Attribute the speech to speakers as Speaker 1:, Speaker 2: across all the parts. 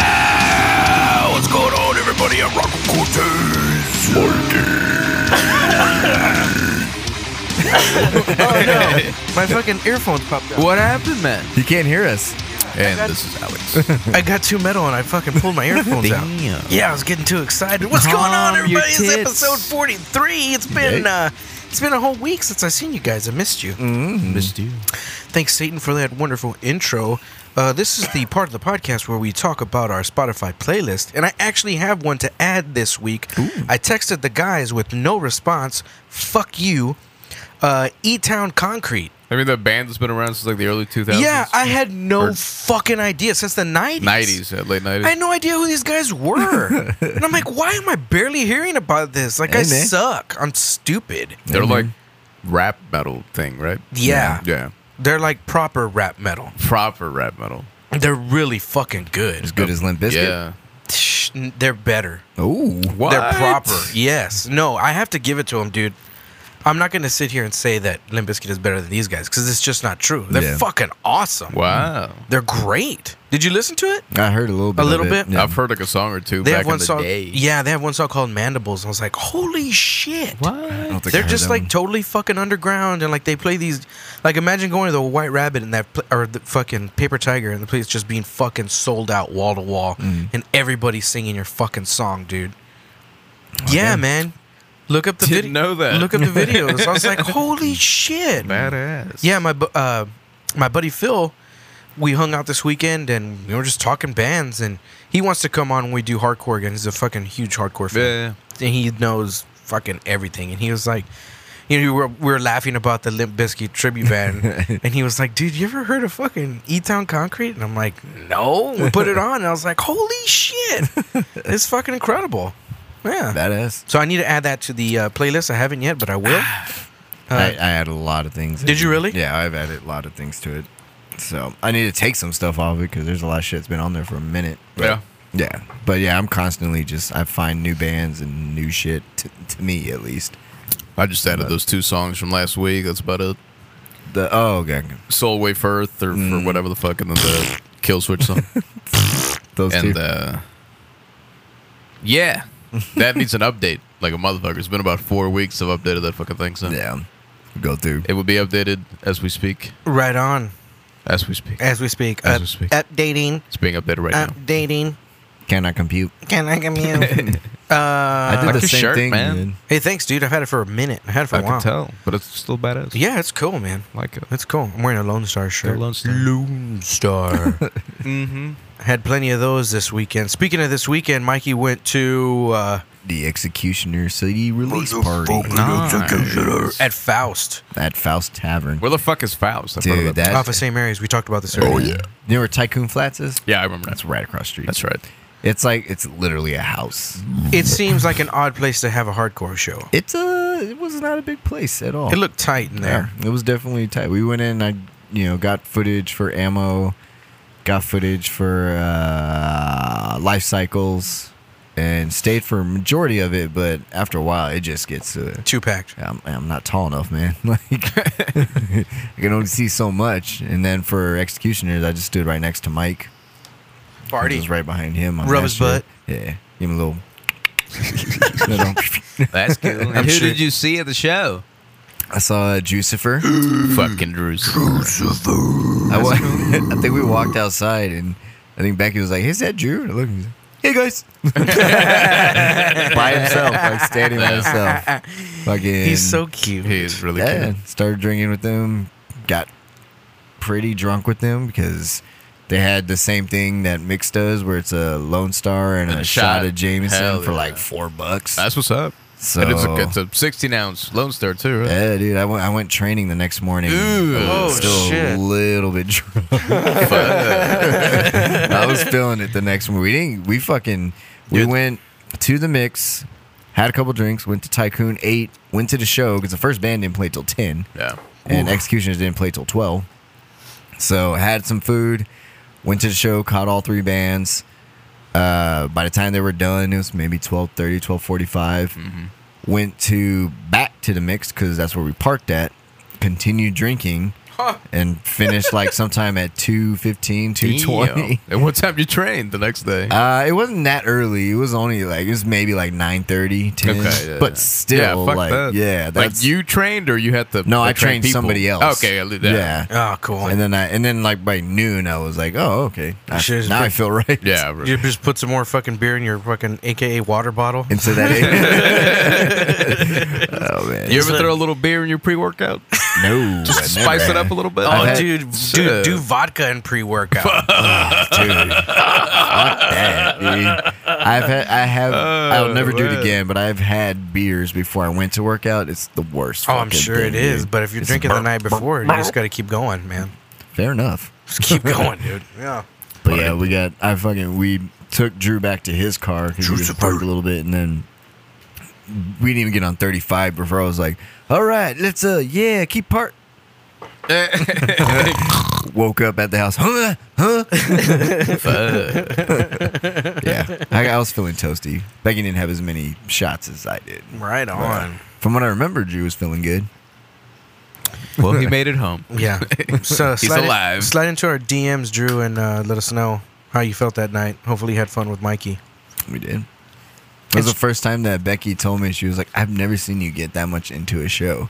Speaker 1: Yeah! What's going on, everybody? I'm Rocco Cortez.
Speaker 2: My fucking earphones popped out.
Speaker 3: What happened, man?
Speaker 4: He can't hear us.
Speaker 1: And this is Alex.
Speaker 2: I got too metal and I fucking pulled my earphones out.
Speaker 3: Damn.
Speaker 2: Yeah, I was getting too excited. What's going
Speaker 3: Calm
Speaker 2: on,
Speaker 3: your
Speaker 2: everybody? It's
Speaker 3: tits.
Speaker 2: episode forty-three. It's been uh, it's been a whole week since I seen you guys. I missed you.
Speaker 3: Mm-hmm.
Speaker 2: Mm-hmm.
Speaker 3: Missed you.
Speaker 2: Thanks, Satan, for that wonderful intro. Uh, this is the part of the podcast where we talk about our Spotify playlist, and I actually have one to add this week. I texted the guys with no response. Fuck you. Uh, e Town Concrete.
Speaker 4: I mean, the band that's been around since like the early 2000s.
Speaker 2: Yeah, I had no
Speaker 4: Or-
Speaker 2: fucking idea since the 90s.
Speaker 4: 90s, uh, late 90s.
Speaker 2: I had no idea who these guys were. and I'm like, why am I barely hearing about this? Like, I
Speaker 3: Hey, man.
Speaker 2: suck. I'm stupid.
Speaker 4: They're like rap metal thing, right?
Speaker 2: Yeah.
Speaker 4: Yeah.
Speaker 2: They're like proper rap metal.
Speaker 4: Proper rap metal.
Speaker 2: They're really fucking good.
Speaker 3: As good as Limp Bizkit.
Speaker 4: Yeah.
Speaker 2: Shh, n- They're better.
Speaker 3: Ooh.
Speaker 4: What?
Speaker 2: They're proper. Yes. No, I have to give it to them, dude. I'm not going to sit here and say that Limp Bizkit is better than these guys because it's just not true. They're
Speaker 3: Yeah.
Speaker 2: fucking awesome.
Speaker 4: Wow.
Speaker 2: They're great. Did you listen to it?
Speaker 3: I heard a little bit.
Speaker 2: A
Speaker 3: of
Speaker 2: little
Speaker 3: it.
Speaker 2: bit?
Speaker 3: Yeah.
Speaker 4: I've heard like a song or two
Speaker 2: They
Speaker 4: back
Speaker 2: have one
Speaker 4: in the
Speaker 2: song.
Speaker 4: day.
Speaker 2: Yeah, they have one song called Mandibles. I was like, holy shit.
Speaker 3: I
Speaker 4: What?
Speaker 3: don't think I
Speaker 2: They're
Speaker 3: heard
Speaker 2: just
Speaker 3: that
Speaker 2: like
Speaker 3: one.
Speaker 2: totally fucking underground, and like they play these. Like, imagine going to the White Rabbit and that, pl- or the fucking Paper Tiger, and the place just being fucking sold out wall to wall,
Speaker 4: Mm-hmm.
Speaker 2: and everybody singing your fucking song, dude.
Speaker 4: Oh,
Speaker 2: yeah, man. Look up the
Speaker 4: Didn't
Speaker 2: video.
Speaker 4: know that.
Speaker 2: Look up the videos. I was like, holy shit.
Speaker 4: Badass.
Speaker 2: Yeah, my bu- uh, my buddy Phil, we hung out this weekend and we were just talking bands, and he wants to come on when we do hardcore again. He's a fucking huge hardcore fan,
Speaker 4: Yeah.
Speaker 2: and he knows fucking everything. And he was like, you know, we were, we were laughing about the Limp Bizkit tribute band, and he was like, dude, you ever heard of fucking E Town Concrete? And I'm like, no. We put it on, and I was like, holy shit, it's fucking incredible. Yeah.
Speaker 3: Badass.
Speaker 2: so I need to add that to the uh, playlist. I haven't yet, but I will.
Speaker 4: Ah.
Speaker 3: I, I add a lot of things.
Speaker 2: Did you really?
Speaker 3: Yeah, I've added a lot of things to it. So I need to take some stuff off it because there's a lot of shit that's been on there for a minute. But-
Speaker 4: Yeah.
Speaker 3: Yeah. But yeah, I'm constantly just, I find new bands and new shit, to, to me at least.
Speaker 4: I just added those two songs from last week. That's about it.
Speaker 3: The, oh, okay.
Speaker 4: Soul Wave Earth or, or whatever the fuck, and then the Kill Switch song.
Speaker 3: Those
Speaker 4: and
Speaker 3: two.
Speaker 4: uh, yeah, that needs an update, like a motherfucker. It's been about four weeks. I've updated that fucking thing, so
Speaker 3: yeah. Go through.
Speaker 4: it will be updated as we speak.
Speaker 2: Right on.
Speaker 4: As we speak,
Speaker 2: As we speak.
Speaker 4: As
Speaker 2: Up-
Speaker 4: we speak.
Speaker 2: Updating.
Speaker 4: it's being updated right now.
Speaker 2: Updating.
Speaker 3: Can I compute?
Speaker 2: Uh, Can I come in?
Speaker 3: I
Speaker 2: uh,
Speaker 3: did
Speaker 4: like
Speaker 3: the
Speaker 4: your
Speaker 3: same
Speaker 4: shirt,
Speaker 3: thing.
Speaker 4: man.
Speaker 3: dude.
Speaker 2: hey, thanks, dude. I've had it for a minute. I had it for a while.
Speaker 4: tell, but it's still badass.
Speaker 2: Yeah, it's cool, man.
Speaker 4: Like it.
Speaker 2: It's cool. I'm wearing a Lone Star shirt.
Speaker 4: Lone Star.
Speaker 2: Lone Star. mm-hmm. Had plenty of those this weekend. Speaking of this weekend, Mikey went to uh,
Speaker 3: The Executioner City release party
Speaker 4: Nice.
Speaker 2: at Faust
Speaker 3: at Faust Tavern.
Speaker 4: Where the fuck is Faust? I've heard of
Speaker 3: Dude,
Speaker 4: that.
Speaker 3: that.
Speaker 2: off of St. Mary's. We talked about this
Speaker 4: Oh,
Speaker 2: earlier.
Speaker 3: You know where Tycoon Flats is?
Speaker 4: Yeah, I remember that.
Speaker 3: That's right across the street.
Speaker 4: That's right.
Speaker 3: It's like it's literally a house.
Speaker 2: It seems like an odd place to have a hardcore show.
Speaker 3: It's a. It was not a big place at
Speaker 4: Oh.
Speaker 3: all.
Speaker 2: It looked tight in there.
Speaker 3: Yeah, it was definitely tight. We went in. I you know got footage for ammo, got footage for uh, life cycles, and stayed for a majority of it. But after a while, it just gets to it.
Speaker 2: Two packed.
Speaker 3: I'm, I'm not tall enough, man. Like I can only see so much. And then for executioners, I just stood right next to Mike. I
Speaker 2: Party.
Speaker 3: was right behind him. on
Speaker 2: Rub
Speaker 3: that
Speaker 2: his butt.
Speaker 3: shit. Yeah, give him a little. little-
Speaker 4: That's cool. And
Speaker 2: who did
Speaker 4: you see at the show?
Speaker 3: I saw uh, Jucifer.
Speaker 4: Fucking Drew's.
Speaker 3: I, wa- I think we walked outside, and I think Becky was like, "Hey, is that Drew?" And I looked, and he's like, "Hey guys," by himself, like standing by himself. Fucking,
Speaker 2: He's so cute.
Speaker 4: He is really
Speaker 3: yeah.
Speaker 4: good.
Speaker 3: Started drinking with them, got pretty drunk with them because they had the same thing that Mix does, where it's a Lone Star and, a, shot, of Jameson
Speaker 4: Hell
Speaker 3: for
Speaker 4: yeah.
Speaker 3: like four bucks.
Speaker 4: That's what's up.
Speaker 3: so
Speaker 4: And it's, a, it's a 16 ounce Lone Star too, right?
Speaker 3: yeah, dude, I went. I went training the next morning.
Speaker 4: Ooh.
Speaker 3: I was
Speaker 2: Oh,
Speaker 3: still
Speaker 2: shit.
Speaker 3: a little bit drunk. I was feeling it the next one. We didn't. We fucking. We
Speaker 4: Dude.
Speaker 3: went to the mix, had a couple drinks, went to Tycoon Eight, went to the show because the first band didn't play till ten,
Speaker 4: Yeah.
Speaker 3: and Executioners didn't play till twelve. So had some food, went to the show, caught all three bands. Uh, by the time they were done, it was maybe 12.30, 12.45.
Speaker 4: Mm-hmm.
Speaker 3: Went to back to the mix because that's where we parked at. Continued drinking and finished like sometime at 2.15, 2.20.
Speaker 4: And what time you train the next day?
Speaker 3: Uh, it wasn't that early. It was only like it was maybe like 9.30, 10.
Speaker 4: Okay, yeah.
Speaker 3: but still,
Speaker 4: yeah, fuck
Speaker 3: like
Speaker 4: that.
Speaker 3: yeah, that's
Speaker 4: like you trained or you had to.
Speaker 3: No, I
Speaker 4: like, train
Speaker 3: trained
Speaker 4: people?
Speaker 3: somebody else.
Speaker 4: Okay, I'll do that.
Speaker 3: yeah.
Speaker 2: Oh, cool.
Speaker 3: And then I and then like by noon I was like, oh okay, I,
Speaker 2: Shit is
Speaker 3: now I
Speaker 2: big.
Speaker 3: feel right.
Speaker 4: yeah. bro.
Speaker 2: you just put some more fucking beer in your fucking AKA water bottle.
Speaker 3: And so that eight. oh man.
Speaker 4: You ever
Speaker 2: So-
Speaker 4: throw a little beer in your pre-workout?
Speaker 3: no. Just
Speaker 4: Spice it up a little bit.
Speaker 2: Oh,
Speaker 3: had-
Speaker 2: dude,
Speaker 4: Shit.
Speaker 2: dude, do vodka in pre workout.
Speaker 3: dude. Fuck that, dude. I've had, I have, I'll never do it
Speaker 4: Oh, man.
Speaker 3: again. But I've had beers before I went to workout. It's the worst.
Speaker 2: Oh, I'm
Speaker 3: fucking
Speaker 2: sure
Speaker 3: thing,
Speaker 2: it is.
Speaker 3: dude.
Speaker 2: But if you're
Speaker 3: It's
Speaker 2: drinking the
Speaker 3: burp,
Speaker 2: night
Speaker 3: burp,
Speaker 2: before, you
Speaker 3: burp.
Speaker 2: just got to keep going, man.
Speaker 3: fair enough.
Speaker 2: Just keep going, dude. Yeah.
Speaker 3: But yeah, we got. I fucking we took Drew back to his car because we
Speaker 1: Drew's
Speaker 3: just
Speaker 1: a
Speaker 3: parked
Speaker 1: bird.
Speaker 3: a little bit, and then we didn't even get on 35 before I was like, "All right, let's uh, yeah, keep part." Woke up at the house, huh? Huh? yeah, I, I was feeling toasty. Becky didn't have as many shots as I did.
Speaker 2: Right on.
Speaker 3: From what I remember, Drew was feeling good.
Speaker 4: well, he made it home.
Speaker 2: Yeah. So
Speaker 4: He's
Speaker 2: slide in-
Speaker 4: alive.
Speaker 2: slide into our DMs, Drew, and uh, let us know how you felt that night. Hopefully, you had fun with Mikey.
Speaker 3: We did. It was the first time that Becky told me she was like, "I've never seen you get that much into a show,"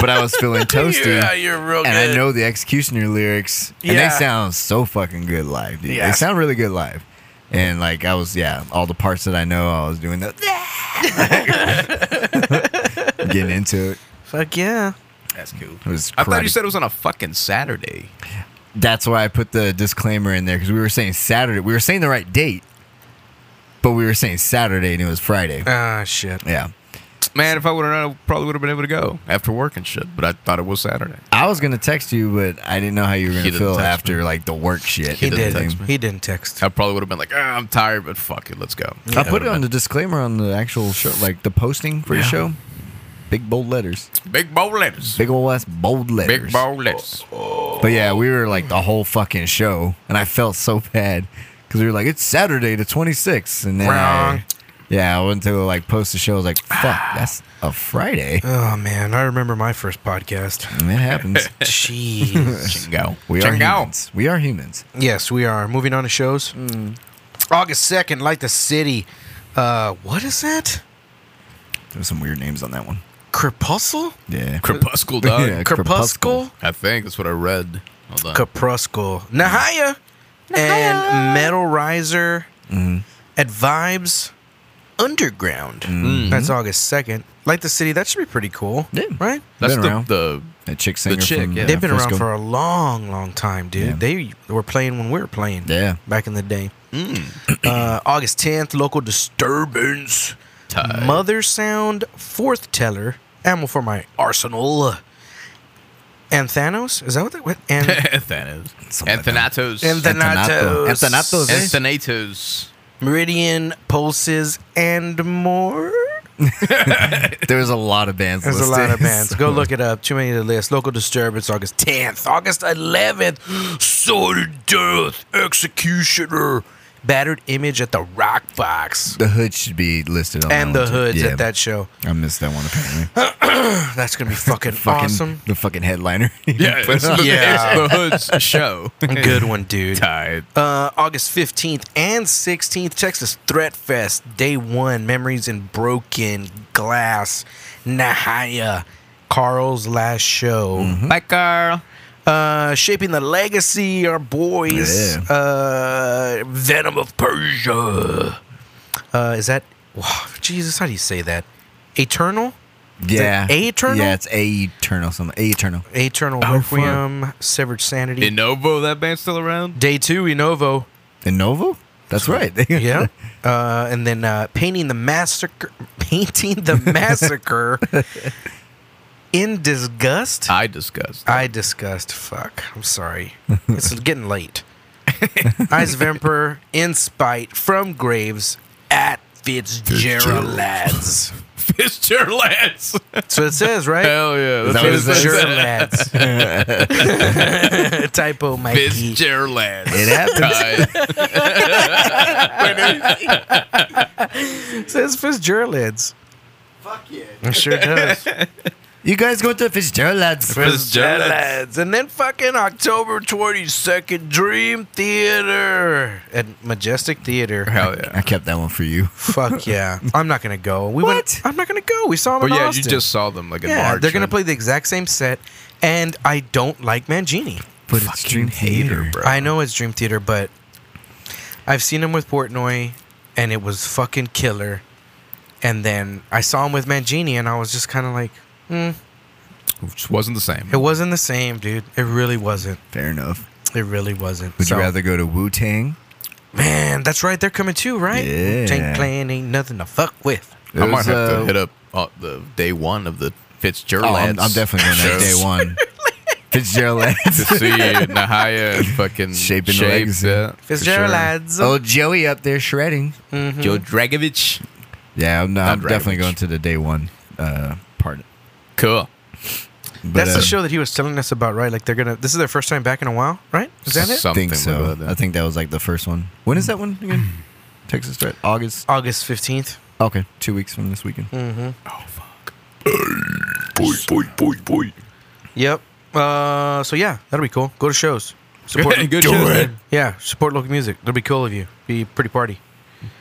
Speaker 3: but I was feeling toasty.
Speaker 2: you're real
Speaker 3: and I know the Executioner lyrics, and they
Speaker 2: Yeah.
Speaker 3: sound so fucking good live, dude.
Speaker 2: Yeah.
Speaker 3: They sound really good live. And like I was, yeah, all the parts that I know, I was doing that, getting into it.
Speaker 2: Fuck yeah.
Speaker 4: That's cool.
Speaker 3: It was
Speaker 4: I thought you
Speaker 3: karate.
Speaker 4: said it was on a fucking Saturday.
Speaker 3: That's why I put the disclaimer in there because we were saying Saturday. We were saying the right date, but we were saying Saturday and it was Friday.
Speaker 2: Ah, shit.
Speaker 3: Yeah,
Speaker 4: Man, if I would have known, I probably would have been able to go after work and shit. But I thought it was Saturday.
Speaker 3: I was gonna text you, but I didn't know how you were gonna
Speaker 4: didn't
Speaker 3: feel
Speaker 4: text me.
Speaker 3: after like the work shit.
Speaker 2: He,
Speaker 4: He doesn't
Speaker 2: did.
Speaker 4: text me.
Speaker 2: He didn't text.
Speaker 4: I probably would have been like, ah, I'm tired, but fuck it, let's go.
Speaker 3: I put it on the disclaimer on the actual show, like the posting for the
Speaker 4: Yeah.
Speaker 3: show. Big bold letters.
Speaker 4: big bowl letters.
Speaker 3: Big Oh, ol' ass bold letters.
Speaker 4: Big bowl letters.
Speaker 3: But yeah, we were like the whole fucking show, and I felt so bad because we were like, it's Saturday the 26th, and then I-
Speaker 2: Wrong.
Speaker 3: yeah, I went to like post the show. I was like, fuck,
Speaker 4: Ah.
Speaker 3: that's a Friday.
Speaker 2: Oh, man. I remember my first podcast.
Speaker 3: And it happens.
Speaker 2: Jeez.
Speaker 4: Chingo.
Speaker 3: We are
Speaker 4: Chingo.
Speaker 3: humans. We are humans.
Speaker 2: Yes, we are. Moving on to shows.
Speaker 3: Hmm.
Speaker 2: August 2nd, Light the City. Uh, what is that?
Speaker 3: There's some weird names on that one.
Speaker 2: Crepuscle?
Speaker 3: Yeah.
Speaker 4: Crepuscle dog.
Speaker 3: Yeah.
Speaker 2: Crepuscle?
Speaker 3: Crepuscle.
Speaker 4: I think that's what I read. Hold on.
Speaker 2: Crepuscle. Nahaya. And Metal Riser
Speaker 3: Mm-hmm.
Speaker 2: at Vibes Underground. That's August 2nd. Light the City, that should be pretty cool.
Speaker 3: Mm-hmm. Yeah.
Speaker 2: Right?
Speaker 4: that's
Speaker 3: Been
Speaker 4: the,
Speaker 3: around.
Speaker 4: the
Speaker 3: That chick singer.
Speaker 4: chick,
Speaker 3: from,
Speaker 4: yeah.
Speaker 3: uh,
Speaker 2: They've been
Speaker 3: Frisco.
Speaker 2: around for a long, long time, dude.
Speaker 3: Yeah.
Speaker 2: They were playing when we were playing.
Speaker 3: Yeah. Mm.
Speaker 2: Back in the day. Uh, August 10th, Local Disturbance.
Speaker 4: Tight.
Speaker 2: Mother Sound, Fourth Teller, Ammo for My Arsenal. And Thanos? Is that what that went? And,
Speaker 4: Thanos.
Speaker 3: Something
Speaker 4: And
Speaker 3: like that.
Speaker 4: Thanatos.
Speaker 2: and
Speaker 4: And
Speaker 3: Antanato.
Speaker 2: Thanatos.
Speaker 3: Antanatos, eh?
Speaker 4: Thanatos.
Speaker 2: Meridian, Pulses, and more.
Speaker 3: There was a lot of bands.
Speaker 2: There's a
Speaker 3: listed,
Speaker 2: lot of bands.
Speaker 3: so-
Speaker 2: Go look it up. Too many to list. Local Disturbance, August 10th. August 11th, Sudden Death, Executioner, Battered Image at the Rock Box.
Speaker 3: The hood should be listed on
Speaker 2: And
Speaker 3: that
Speaker 2: the
Speaker 3: one, too.
Speaker 2: Hoods
Speaker 3: Yeah.
Speaker 2: at that show.
Speaker 3: I missed that one apparently.
Speaker 2: That's going to be fucking,
Speaker 3: fucking
Speaker 2: awesome.
Speaker 3: the fucking headliner.
Speaker 4: Yeah, it's the,
Speaker 2: Yeah.
Speaker 4: it's the Hood's show.
Speaker 2: Good one, dude.
Speaker 4: Tight.
Speaker 2: Uh, August 15th and 16th, Texas Threat Fest, day one. Memories in Broken Glass, Nahaya, Carl's last show.
Speaker 3: Mm-hmm.
Speaker 4: Bye, Carl.
Speaker 2: Uh, Shaping the Legacy, our boys.
Speaker 3: Yeah.
Speaker 2: Uh, Venom of Persia. Uh, is that, wow, Jesus, how do you say that? Eternal?
Speaker 3: Yeah.
Speaker 2: it Aeternal?
Speaker 3: Yeah, it's Aeternal. Some Aeternal.
Speaker 2: Eternal
Speaker 3: Oh, fuck.
Speaker 2: Requiem, Severed Sanity.
Speaker 4: Inovo, that band's still around?
Speaker 2: day two, Inovo.
Speaker 3: Inovo? That's right.
Speaker 2: Yeah. Uh, and then uh, painting the massacre, painting the massacre in
Speaker 3: Uh,
Speaker 2: disgust.
Speaker 4: I discussed.
Speaker 2: I disgust. Fuck. I'm sorry. It's getting late. Eyes of Emperor in spite from Graves at Fitzgerald lads.
Speaker 4: Fister Lance.
Speaker 2: So it says right.
Speaker 4: Hell yeah. That's
Speaker 3: that what it says?
Speaker 2: Fitzgerald lads. Typo, Mikey.
Speaker 4: Fitzgerald Lance.
Speaker 3: It happens.
Speaker 4: Tight.
Speaker 2: It says Fitzgerald lads. Fuck yeah. It sure does.
Speaker 3: You guys going to Fitzgerald's?
Speaker 2: Oh, Fitzgerald's. And then fucking October 22nd, Dream Theater at Majestic Theater.
Speaker 4: Hell yeah.
Speaker 3: I kept that one for you.
Speaker 2: Fuck yeah. I'm not going to go. We
Speaker 3: What?
Speaker 2: Went, I'm not going to go. We saw them
Speaker 4: But
Speaker 2: in
Speaker 4: yeah,
Speaker 2: Austin.
Speaker 4: you just saw them like in
Speaker 2: yeah,
Speaker 4: March.
Speaker 2: they're going to
Speaker 4: man.
Speaker 2: play the exact same set. And I don't like Mangini.
Speaker 3: But it's Dream Theater, bro.
Speaker 2: I know it's Dream Theater, but I've seen him with Portnoy, and it was fucking killer. And then I saw him with Mangini, and I was just kind of like, mm,
Speaker 4: Which wasn't the same.
Speaker 2: it wasn't the same, dude. It really wasn't.
Speaker 3: Fair enough.
Speaker 2: It really wasn't.
Speaker 3: Would
Speaker 2: So-
Speaker 3: you rather go to Wu Tang?
Speaker 2: Man, that's right. They're coming too, right?
Speaker 3: Yeah.
Speaker 2: Tank Clan ain't nothing to fuck with.
Speaker 4: I might have to hit up uh, the day one of the Fitzgerald.
Speaker 3: Oh, I'm, I'm definitely going that day one. Fitzgerald's.
Speaker 4: to see Nahaya and fucking
Speaker 3: Shaping the
Speaker 4: Shape,
Speaker 3: legacy.
Speaker 4: yeah, for sure.
Speaker 2: Fitzgerald lads.
Speaker 3: Oh, Joey up there shredding.
Speaker 2: Mm-hmm.
Speaker 4: Joe Dragovich.
Speaker 3: Yeah, I'm, not,
Speaker 4: Not
Speaker 3: I'm definitely
Speaker 4: Dragovich.
Speaker 3: going to the day one uh, part.
Speaker 4: Cool.
Speaker 3: But,
Speaker 2: that's
Speaker 3: uh,
Speaker 2: the show that he was telling us about, right? Like they're gonna. This is their first time back in a while, right? Is that it?
Speaker 3: I
Speaker 4: Something
Speaker 3: think so.
Speaker 4: about that.
Speaker 3: I think that was like the first one. When is that one again? Texas Threat. August.
Speaker 2: August fifteenth.
Speaker 3: Okay, two weeks from this weekend.
Speaker 2: Mm-hmm.
Speaker 1: Boy, boy, boy, boy.
Speaker 2: Yep. Uh, so yeah, that'll be cool. Go to shows. Support.
Speaker 4: Good
Speaker 1: Do
Speaker 4: show.
Speaker 1: it.
Speaker 2: Yeah, support local music. That'll be cool of you. Be pretty party.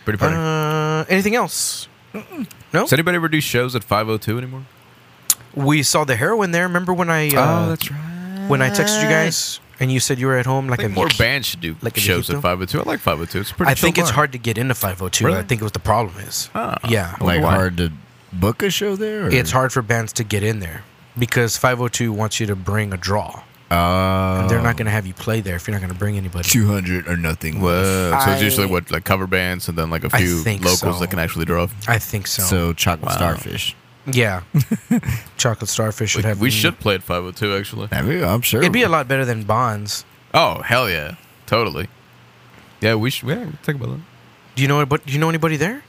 Speaker 4: Pretty funny.
Speaker 2: Uh, anything else?
Speaker 4: Does anybody ever do shows at 502 anymore?
Speaker 2: We saw the heroin there. Remember when I uh,
Speaker 4: Oh, right.
Speaker 2: when I texted you guys and you said you were at home like
Speaker 4: I think
Speaker 2: a-
Speaker 4: more bands should do
Speaker 2: Like in
Speaker 4: shows at
Speaker 2: Houston?
Speaker 4: 502. I like 502. It's a pretty
Speaker 2: I think
Speaker 4: chill
Speaker 2: it's
Speaker 4: vibe.
Speaker 2: hard to get into 502.
Speaker 4: Really?
Speaker 2: I think what the problem is.
Speaker 4: Ah.
Speaker 2: yeah,
Speaker 3: Like
Speaker 4: Why?
Speaker 3: hard to book a show there. Or?
Speaker 2: it's hard for bands to get in there because 502 wants you to bring a draw.
Speaker 3: Uh,
Speaker 2: They're
Speaker 4: Oh.
Speaker 2: not going to have you play there if you're not going to bring anybody.
Speaker 3: two hundred or nothing.
Speaker 4: Whoa. so it's
Speaker 2: I-
Speaker 4: usually what like cover bands and then like a
Speaker 2: I
Speaker 4: few
Speaker 2: think
Speaker 4: locals
Speaker 2: so.
Speaker 4: that can actually draw.
Speaker 2: I think so.
Speaker 3: So chocolate
Speaker 4: Wow.
Speaker 3: starfish.
Speaker 2: yeah, Chocolate Starfish should
Speaker 4: Like,
Speaker 2: have.
Speaker 4: we should play at 502 actually.
Speaker 3: I mean, I'm sure
Speaker 2: It'd be a lot better than Bonds.
Speaker 4: Oh hell yeah, totally. Yeah, we should. Yeah, we'll think about
Speaker 2: Do you know? But do you know anybody there?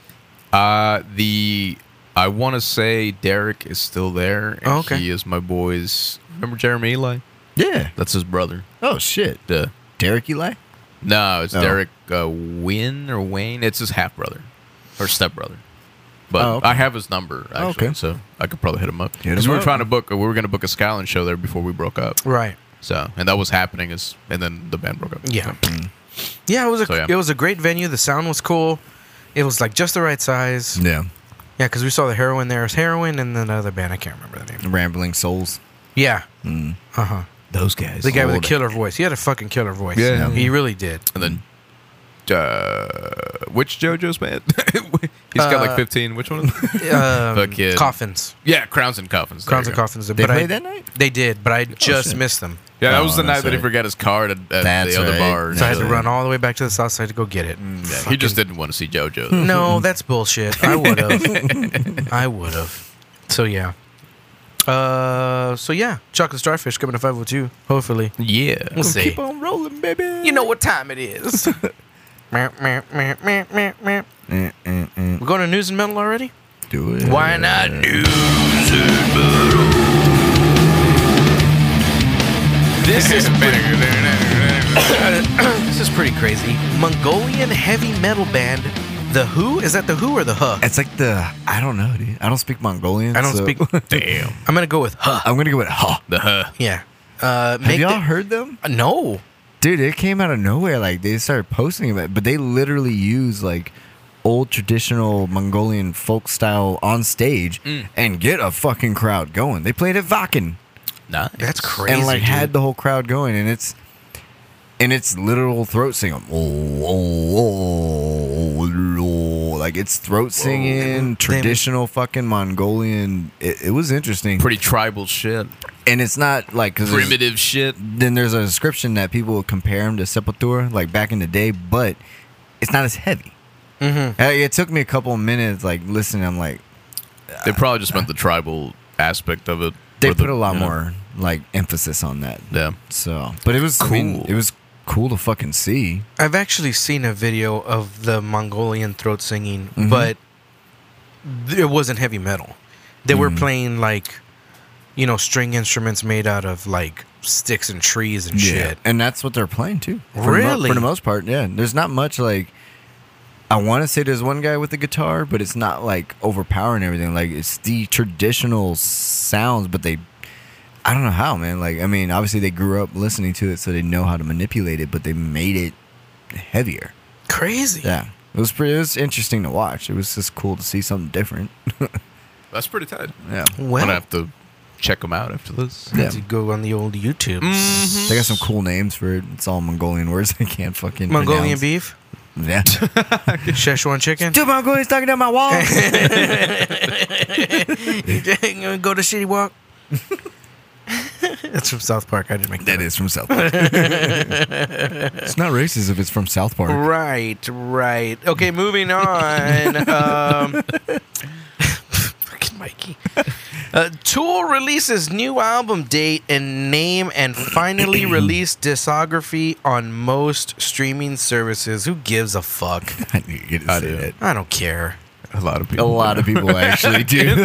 Speaker 4: that. Uh, the I want to say Derek is still there. And
Speaker 2: Oh, okay.
Speaker 4: He is my boy's. Remember Jeremy Eli?
Speaker 3: Yeah.
Speaker 4: That's his brother.
Speaker 3: Oh shit.
Speaker 4: Duh.
Speaker 3: Derek Eli.
Speaker 4: No, it's
Speaker 3: Oh.
Speaker 4: Derek uh, Wynn or Wayne. It's his half brother or step brother. But
Speaker 3: Oh, okay.
Speaker 4: I have his number
Speaker 3: Oh,
Speaker 4: actually,
Speaker 3: okay.
Speaker 4: so I could probably hit him up
Speaker 3: Hit
Speaker 4: because
Speaker 3: him
Speaker 4: we were
Speaker 3: up.
Speaker 4: trying to book. We were going to book a Skyline show there before we broke up.
Speaker 2: Right.
Speaker 4: So and that was happening as and then the band broke up.
Speaker 2: Yeah. Yeah. It was a
Speaker 4: Mm. So, yeah.
Speaker 2: it was a great venue. The sound was cool. It was like just the right size. Yeah,
Speaker 3: Yeah.
Speaker 2: 'cause because we saw the heroin there. It was heroin and then another band. I can't remember the name.
Speaker 3: Rambling souls.
Speaker 2: Yeah.
Speaker 3: Mm.
Speaker 2: Uh huh.
Speaker 3: Those guys.
Speaker 2: The guy with the killer voice. He had a fucking killer voice.
Speaker 4: Yeah.
Speaker 2: He really did.
Speaker 4: And then uh, which JoJo's band? He's got
Speaker 2: Uh,
Speaker 4: like fifteen. Which one? Is it?
Speaker 2: Um,
Speaker 4: Fuck yeah.
Speaker 2: Coffins.
Speaker 4: yeah, Crowns and Coffins. There
Speaker 2: Crowns
Speaker 4: you
Speaker 2: and
Speaker 4: go. Oh,
Speaker 2: Coffins.
Speaker 3: They
Speaker 2: but I-
Speaker 3: played that night.
Speaker 2: They did, but I just
Speaker 3: shit.
Speaker 2: missed them.
Speaker 4: Yeah, that
Speaker 3: Oh,
Speaker 4: was the night
Speaker 3: that's
Speaker 4: that he
Speaker 3: right.
Speaker 4: forgot his card at, at
Speaker 3: That's
Speaker 4: the other
Speaker 3: right.
Speaker 4: bar.
Speaker 2: So I had to
Speaker 3: Yeah.
Speaker 2: run all the way back to the south side to go get it.
Speaker 4: Mm, Yeah, he just didn't want to see JoJo.
Speaker 2: No, that's bullshit. I would have. I would have. So yeah. Uh, so yeah, chocolate starfish coming to 502. Hopefully,
Speaker 4: yeah.
Speaker 2: we'll see.
Speaker 3: on rolling, baby.
Speaker 2: You know what time it is. Meh, meh, meh, meh, meh, meh. We're going to news and metal already.
Speaker 3: Do it.
Speaker 2: Why not news?
Speaker 4: This is
Speaker 2: This is pretty crazy. Mongolian heavy metal band, the Who. Is that the Who or the Huh?
Speaker 3: It's like the I don't know, dude. I don't speak Mongolian.
Speaker 2: I don't
Speaker 3: so-
Speaker 2: speak.
Speaker 4: damn
Speaker 2: I'm gonna go with Huh.
Speaker 3: I'm gonna go with ha.
Speaker 4: the huh.
Speaker 2: Yeah. Uh,
Speaker 3: Have
Speaker 2: make
Speaker 3: y'all
Speaker 2: the-
Speaker 3: heard them?
Speaker 2: Uh, no.
Speaker 3: Dude, it came out of nowhere. Like they started posting about it, but they literally use like old traditional Mongolian folk style on stage
Speaker 2: Mm.
Speaker 3: and get a fucking crowd going. They played at Vakin
Speaker 4: Nice.
Speaker 2: That's crazy.
Speaker 3: and like
Speaker 2: dude.
Speaker 3: had the whole crowd going, and it's and it's literal throat singing. Oh, oh, oh, oh, like it's throat singing, traditional fucking Mongolian. It, it was interesting,
Speaker 4: pretty tribal shit,
Speaker 3: and it's not like 'cause there's-
Speaker 4: primitive shit.
Speaker 3: then there's a description that people would compare him to Sepultura, like back in the day, but it's not as heavy. Mm-hmm. It took me a couple of minutes, like listening. I'm like,
Speaker 4: They probably just meant the tribal aspect of it.
Speaker 3: they
Speaker 4: or the-
Speaker 3: put a lot
Speaker 4: you know,
Speaker 3: more like emphasis on that.
Speaker 4: Yeah.
Speaker 3: So, but it was cool.
Speaker 4: Cool.
Speaker 3: it was cool to fucking see.
Speaker 2: I've actually seen a video of the Mongolian throat singing,
Speaker 3: Mm-hmm.
Speaker 2: but th- it wasn't heavy metal. They
Speaker 3: Mm-hmm.
Speaker 2: were playing like, you know, string instruments made out of like sticks and trees and shit.
Speaker 3: and that's what they're playing too. For the mo-
Speaker 2: Really?
Speaker 3: for the most part, yeah. There's not much like I want to say there's one guy with the guitar, but it's not like overpowering everything. Like it's the traditional sounds, but they, I don't know how, man. Like I mean, obviously they grew up listening to it, so they know how to manipulate it, but they made it heavier.
Speaker 2: Crazy.
Speaker 3: Yeah, it was pretty. It was interesting to watch. It was just cool to see something different.
Speaker 4: That's pretty tight.
Speaker 3: Yeah,
Speaker 4: I'm gonna
Speaker 2: Well,
Speaker 4: have to check them out after this.
Speaker 3: yeah.
Speaker 2: to go on the old YouTube.
Speaker 3: They got some cool names for it. It's all Mongolian words. I can't fucking
Speaker 2: Mongolian
Speaker 3: pronounce.
Speaker 2: beef,
Speaker 3: Yeah.
Speaker 2: Szechuan chicken.
Speaker 3: Two Mongolians talking down my wall.
Speaker 2: go to City Walk. That's from South Park. I didn't make that.
Speaker 3: that is from South Park. it's not racist if it's from South Park.
Speaker 2: Right, right. Okay, moving on. um, fucking Mikey. Uh, Tool releases new album date and name and finally release discography on most streaming services. Who gives a fuck?
Speaker 3: I knew you were
Speaker 4: I
Speaker 3: gonna say
Speaker 4: do.
Speaker 3: that.
Speaker 2: I don't care.
Speaker 4: A lot of
Speaker 3: A
Speaker 4: people.
Speaker 3: lot of people actually do.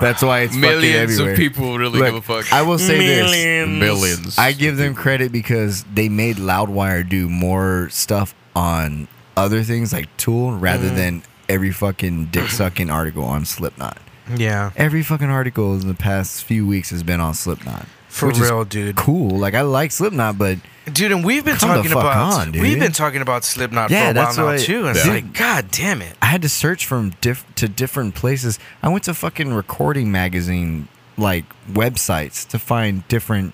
Speaker 3: That's why it's
Speaker 4: Millions
Speaker 3: fucking everywhere.
Speaker 4: of people really
Speaker 3: Look,
Speaker 4: give a fuck.
Speaker 3: I will say this.
Speaker 4: Millions.
Speaker 3: I give them credit because they made Loudwire do more stuff on other things like Tool rather than every fucking dick sucking article on Slipknot.
Speaker 2: Yeah,
Speaker 3: Every fucking article in the past few weeks has been on Slipknot.
Speaker 2: for
Speaker 3: Which is
Speaker 2: real, dude.
Speaker 3: Cool. Like I like Slipknot, but
Speaker 2: Dude, and we've been
Speaker 3: Come the
Speaker 2: talking
Speaker 3: fuck
Speaker 2: about
Speaker 3: on, dude.
Speaker 2: we've been talking about Slipknot
Speaker 3: Yeah,
Speaker 2: for a while
Speaker 3: that's
Speaker 2: now
Speaker 3: why-
Speaker 2: too. And It's
Speaker 3: Yeah.
Speaker 2: like, god damn it.
Speaker 3: I had to search from diff- to different places. I went to fucking recording magazine like websites to find different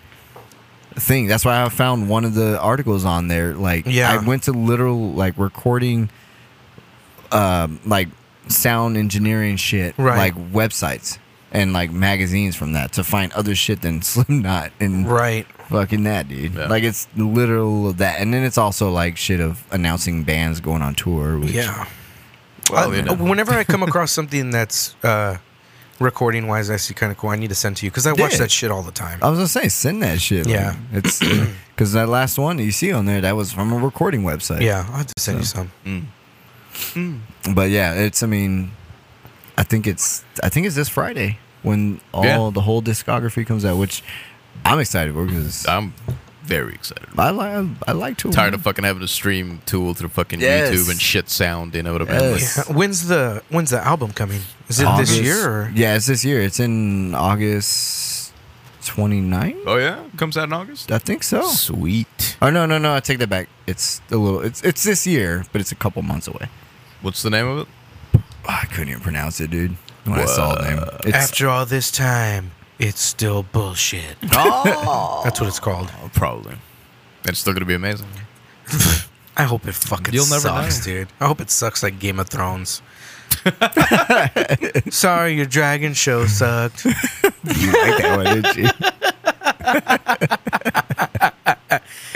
Speaker 3: things. That's why I found one of the articles on there. Like,
Speaker 2: Yeah.
Speaker 3: I went to literal like recording, um, like sound engineering shit,
Speaker 2: Right.
Speaker 3: like websites and like magazines from that to find other shit than Slipknot and
Speaker 2: Right.
Speaker 3: fucking that, dude.
Speaker 4: Yeah.
Speaker 3: Like it's literal of that, and then it's also like shit of announcing bands going on tour. Which,
Speaker 2: Yeah.
Speaker 4: Well,
Speaker 2: I-
Speaker 4: you know.
Speaker 2: Whenever I come across something that's uh, recording wise, I see kind of cool. I need to send to you because I watch
Speaker 3: Yeah.
Speaker 2: that shit all the time.
Speaker 3: I was gonna say send that shit. like,
Speaker 2: Yeah.
Speaker 3: it's because that last one that you see on there that was from a recording website.
Speaker 2: yeah, I'll have to send you some.
Speaker 3: but yeah, it's I mean, I think it's I think it's this Friday when all
Speaker 4: Yeah.
Speaker 3: the whole discography comes out, which I'm excited for because
Speaker 4: I'm very excited.
Speaker 3: I like I like to
Speaker 4: Uh, Tired of fucking having to stream tool through fucking
Speaker 3: Yes.
Speaker 4: YouTube and shit sound. You know what I mean?
Speaker 3: Yes.
Speaker 2: Yeah. When's the When's the album coming? Is it
Speaker 3: August-
Speaker 2: this year? Or?
Speaker 3: Yeah, it's this year. It's in August 29th?
Speaker 4: Like, oh yeah, comes out in August.
Speaker 3: I think so.
Speaker 4: Sweet.
Speaker 3: Oh no no no! I take that back. It's a little. It's it's this year, but it's a couple months away.
Speaker 4: What's the name of it?
Speaker 3: Oh, I couldn't even pronounce it, dude. When I saw the name, it's
Speaker 2: After all this time, it's still bullshit.
Speaker 4: Oh,
Speaker 2: That's what it's called.
Speaker 4: probably. It's still gonna be amazing.
Speaker 2: I hope it fucking
Speaker 4: You'll never
Speaker 2: sucks,
Speaker 4: know.
Speaker 2: dude. I hope it sucks like Game of Thrones. Sorry, your dragon show sucked.
Speaker 3: you like that one, didn't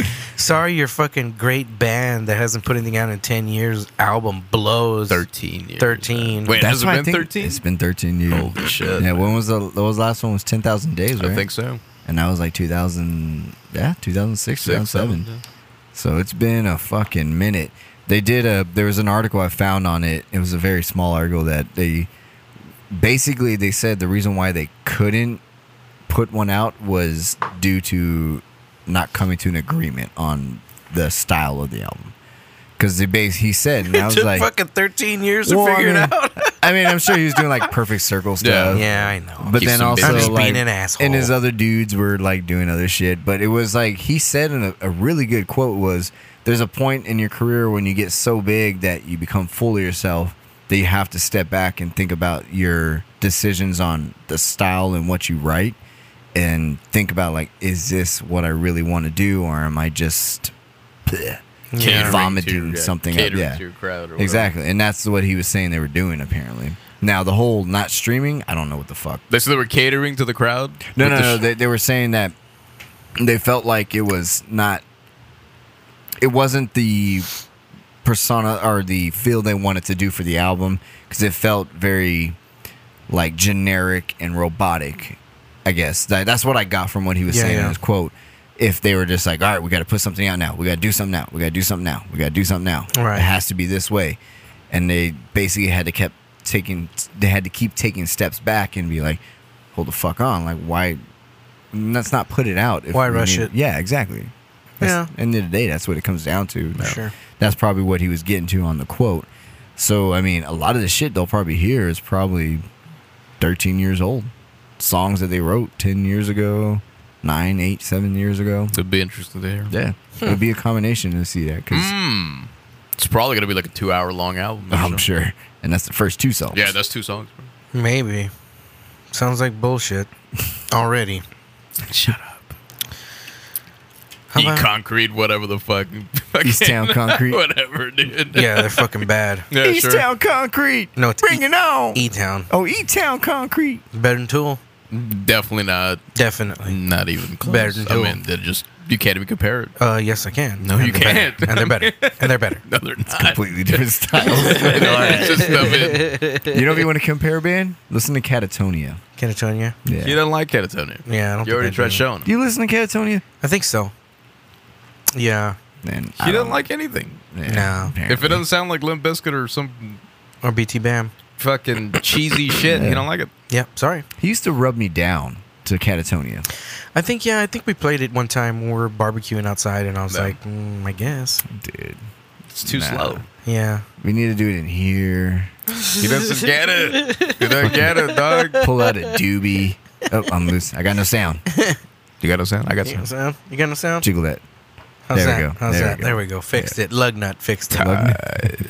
Speaker 3: you?
Speaker 2: Sorry, your fucking great band that hasn't put anything out in 10 years album blows.
Speaker 4: Thirteen. Years.
Speaker 2: 13.
Speaker 4: Wait, has it
Speaker 3: why I
Speaker 4: been
Speaker 3: think-
Speaker 4: thirteen?
Speaker 3: It's been thirteen years.
Speaker 4: Holy shit.
Speaker 3: Yeah, when was the what was the last one? Was ten thousand days, right?
Speaker 4: I think so.
Speaker 3: And that was like two thousand, yeah, two thousand six, two thousand seven.
Speaker 4: seven,
Speaker 3: So it's been a fucking minute. They did a. There was an article I found on it. It was a very small article that they basically they said the reason why they couldn't put one out was due to not coming to an agreement on the style of the album. Because the base, he said, and I
Speaker 2: it
Speaker 3: was
Speaker 2: took
Speaker 3: like,
Speaker 2: fucking 13 years
Speaker 3: Well,
Speaker 2: to
Speaker 3: I
Speaker 2: figure
Speaker 3: mean-
Speaker 2: it out.
Speaker 3: I mean, I'm sure he was doing like perfect circle stuff.
Speaker 2: Yeah, I know.
Speaker 3: But
Speaker 4: Keep
Speaker 3: then
Speaker 4: some
Speaker 3: also,
Speaker 4: distance. I'm just
Speaker 3: like,
Speaker 2: being an asshole.
Speaker 3: and his other dudes were like doing other shit. But it was like he said, in a, a really good quote was, "There's a point in your career when you get so big that you become full of yourself that you have to step back and think about your decisions on the style and what you write, and think about like, is this what I really want to do, or am I just bleh,
Speaker 4: Catering
Speaker 3: vomiting
Speaker 4: to- yeah,
Speaker 3: something up?
Speaker 4: catering
Speaker 3: Yeah,
Speaker 4: to your crowd or whatever.
Speaker 3: exactly. And that's what he was saying they were doing apparently. Now the whole not streaming, I don't know what the fuck
Speaker 4: They so they were catering to the crowd.
Speaker 3: no,
Speaker 4: With
Speaker 3: no,
Speaker 4: the
Speaker 3: no.
Speaker 4: sh-
Speaker 3: They, they were saying that they felt like it was not. It wasn't the persona or the feel they wanted to do for the album because it felt very like generic and robotic. I guess that, that's what I got from what he was
Speaker 2: Yeah,
Speaker 3: saying in
Speaker 2: yeah.
Speaker 3: his quote. If they were just like, all right, we got to put something out now. We got to do something now. We got to do something now. We got to do something now.
Speaker 2: Right.
Speaker 3: It has to be this way. And they basically had to kept taking. They had to keep taking steps back and be like, hold the fuck on. Like, why? Let's not put it out. If
Speaker 2: Why
Speaker 3: we
Speaker 2: rush
Speaker 3: need-
Speaker 2: it?
Speaker 3: Yeah, exactly. That's,
Speaker 2: Yeah.
Speaker 3: End of the day, that's what it comes down to. Now,
Speaker 2: Sure.
Speaker 3: That's probably what he was getting to on the quote. So I mean, a lot of the shit they'll probably hear is probably 13 years old. Songs that they wrote 10 years ago, nine, eight, seven years ago.
Speaker 4: It'd be interesting to hear.
Speaker 3: Yeah,
Speaker 4: Hmm.
Speaker 3: it'd be a combination to see that because
Speaker 4: Mm. It's probably gonna be like a two-hour-long album.
Speaker 3: I'm sure, and that's the first two songs.
Speaker 4: Yeah, that's two songs. Bro.
Speaker 2: Maybe. Sounds like bullshit already.
Speaker 4: Shut up.
Speaker 2: How
Speaker 4: Eat
Speaker 2: about-
Speaker 4: concrete, whatever the fuck.
Speaker 3: East Town Concrete.
Speaker 4: whatever, dude.
Speaker 2: yeah, they're fucking bad.
Speaker 4: yeah,
Speaker 3: East
Speaker 4: sure.
Speaker 3: Town Concrete.
Speaker 2: No, it's
Speaker 3: bring
Speaker 2: E-
Speaker 3: it on.
Speaker 2: E Town.
Speaker 3: oh, E Town Concrete.
Speaker 2: Better than Tool?
Speaker 4: Definitely not.
Speaker 3: Mm.
Speaker 2: Definitely.
Speaker 4: Not even close.
Speaker 2: Better than
Speaker 4: I
Speaker 2: two.
Speaker 4: mean, they're just you can't even compare it.
Speaker 2: Uh, yes, I can.
Speaker 4: No,
Speaker 2: And
Speaker 4: you
Speaker 2: they're better.
Speaker 4: can't.
Speaker 2: And they're better. And they're better.
Speaker 4: No, they're not.
Speaker 3: Completely different styles.
Speaker 4: It's just stuff in.
Speaker 3: you know if you want to compare band? Listen to Catatonia.
Speaker 2: Catatonia?
Speaker 3: Yeah.
Speaker 4: You don't like catatonia.
Speaker 2: Yeah, I don't
Speaker 4: You
Speaker 2: think I
Speaker 4: already tried
Speaker 2: do.
Speaker 4: showing
Speaker 3: Do
Speaker 4: him.
Speaker 3: you listen to Catatonia?
Speaker 2: I think so. Yeah.
Speaker 3: Then
Speaker 4: He doesn't like anything.
Speaker 2: No.
Speaker 4: If it doesn't sound like Limp Bizkit or some
Speaker 2: Or BT Bam.
Speaker 4: fucking cheesy shit,
Speaker 3: Yeah.
Speaker 4: he don't like it.
Speaker 2: Yep, sorry.
Speaker 3: he used to rub me down to Catatonia.
Speaker 2: I think, yeah, I think we played it one time when we were barbecuing outside, and I was
Speaker 4: No.
Speaker 2: like, mm, I guess.
Speaker 3: Dude,
Speaker 4: It's too
Speaker 3: Nah.
Speaker 4: slow.
Speaker 2: Yeah.
Speaker 3: we need to do it in here.
Speaker 4: He doesn't get it. He doesn't get it, dog.
Speaker 3: Pull out a doobie. Oh, I'm loose. I got no sound.
Speaker 4: You got no sound? I got
Speaker 2: You got no
Speaker 4: sound.
Speaker 2: sound? You got no sound?
Speaker 3: Jiggle that.
Speaker 2: How's
Speaker 3: There we
Speaker 2: that?
Speaker 3: go.
Speaker 2: How's
Speaker 3: There we
Speaker 2: that?
Speaker 3: go.
Speaker 2: There we go. Fixed it. Lug nut fixed it.
Speaker 3: Lug nut.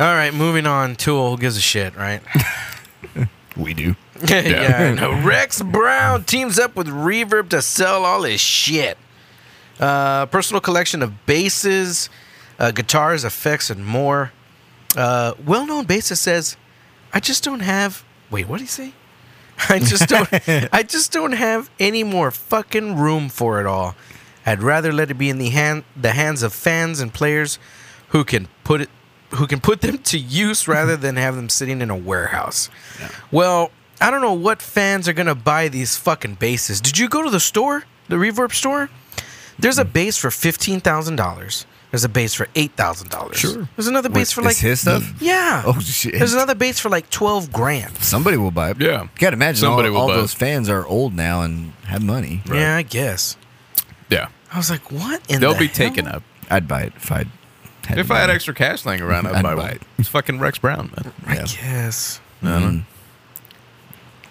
Speaker 2: All right, moving on. Tool who gives a shit, right?
Speaker 3: We do.
Speaker 2: yeah, I know. Rex Brown teams up with Reverb to sell all his shit. Uh, personal collection of basses, uh, guitars, effects, and more. Uh, well-known bassist says, "I just don't have." Wait, what did he say? I just don't. I just don't have any more fucking room for it all. I'd rather let it be in the hand the hands of fans and players who can put it who can put them to use rather than have them sitting in a warehouse. Well, I don't know what fans are gonna buy these fucking bases. Did you go to the store, the Reverb store? There's a base for fifteen thousand dollars. There's a base for eight thousand dollars.
Speaker 4: Sure.
Speaker 2: There's another
Speaker 3: Wait,
Speaker 2: base for
Speaker 3: is
Speaker 2: like
Speaker 3: his stuff?
Speaker 2: Yeah.
Speaker 3: Oh, shit.
Speaker 2: There's another base for like twelve grand.
Speaker 3: Somebody will buy it.
Speaker 4: Yeah.
Speaker 3: You gotta imagine
Speaker 4: Somebody
Speaker 3: all,
Speaker 4: will
Speaker 3: all
Speaker 4: buy it.
Speaker 3: those fans are old now and have money.
Speaker 4: Right.
Speaker 2: Yeah, I guess.
Speaker 4: Yeah.
Speaker 2: I was like, what? In
Speaker 4: They'll
Speaker 2: the
Speaker 4: be
Speaker 2: hell?
Speaker 4: taken up.
Speaker 3: I'd buy it if I had
Speaker 4: If
Speaker 3: the
Speaker 4: I had
Speaker 3: money.
Speaker 4: extra cash laying around, I'd,
Speaker 3: I'd
Speaker 4: buy
Speaker 3: buy
Speaker 4: one.
Speaker 3: it.
Speaker 4: It's fucking Rex Brown, man.
Speaker 3: Yeah.
Speaker 2: Yes.
Speaker 4: No,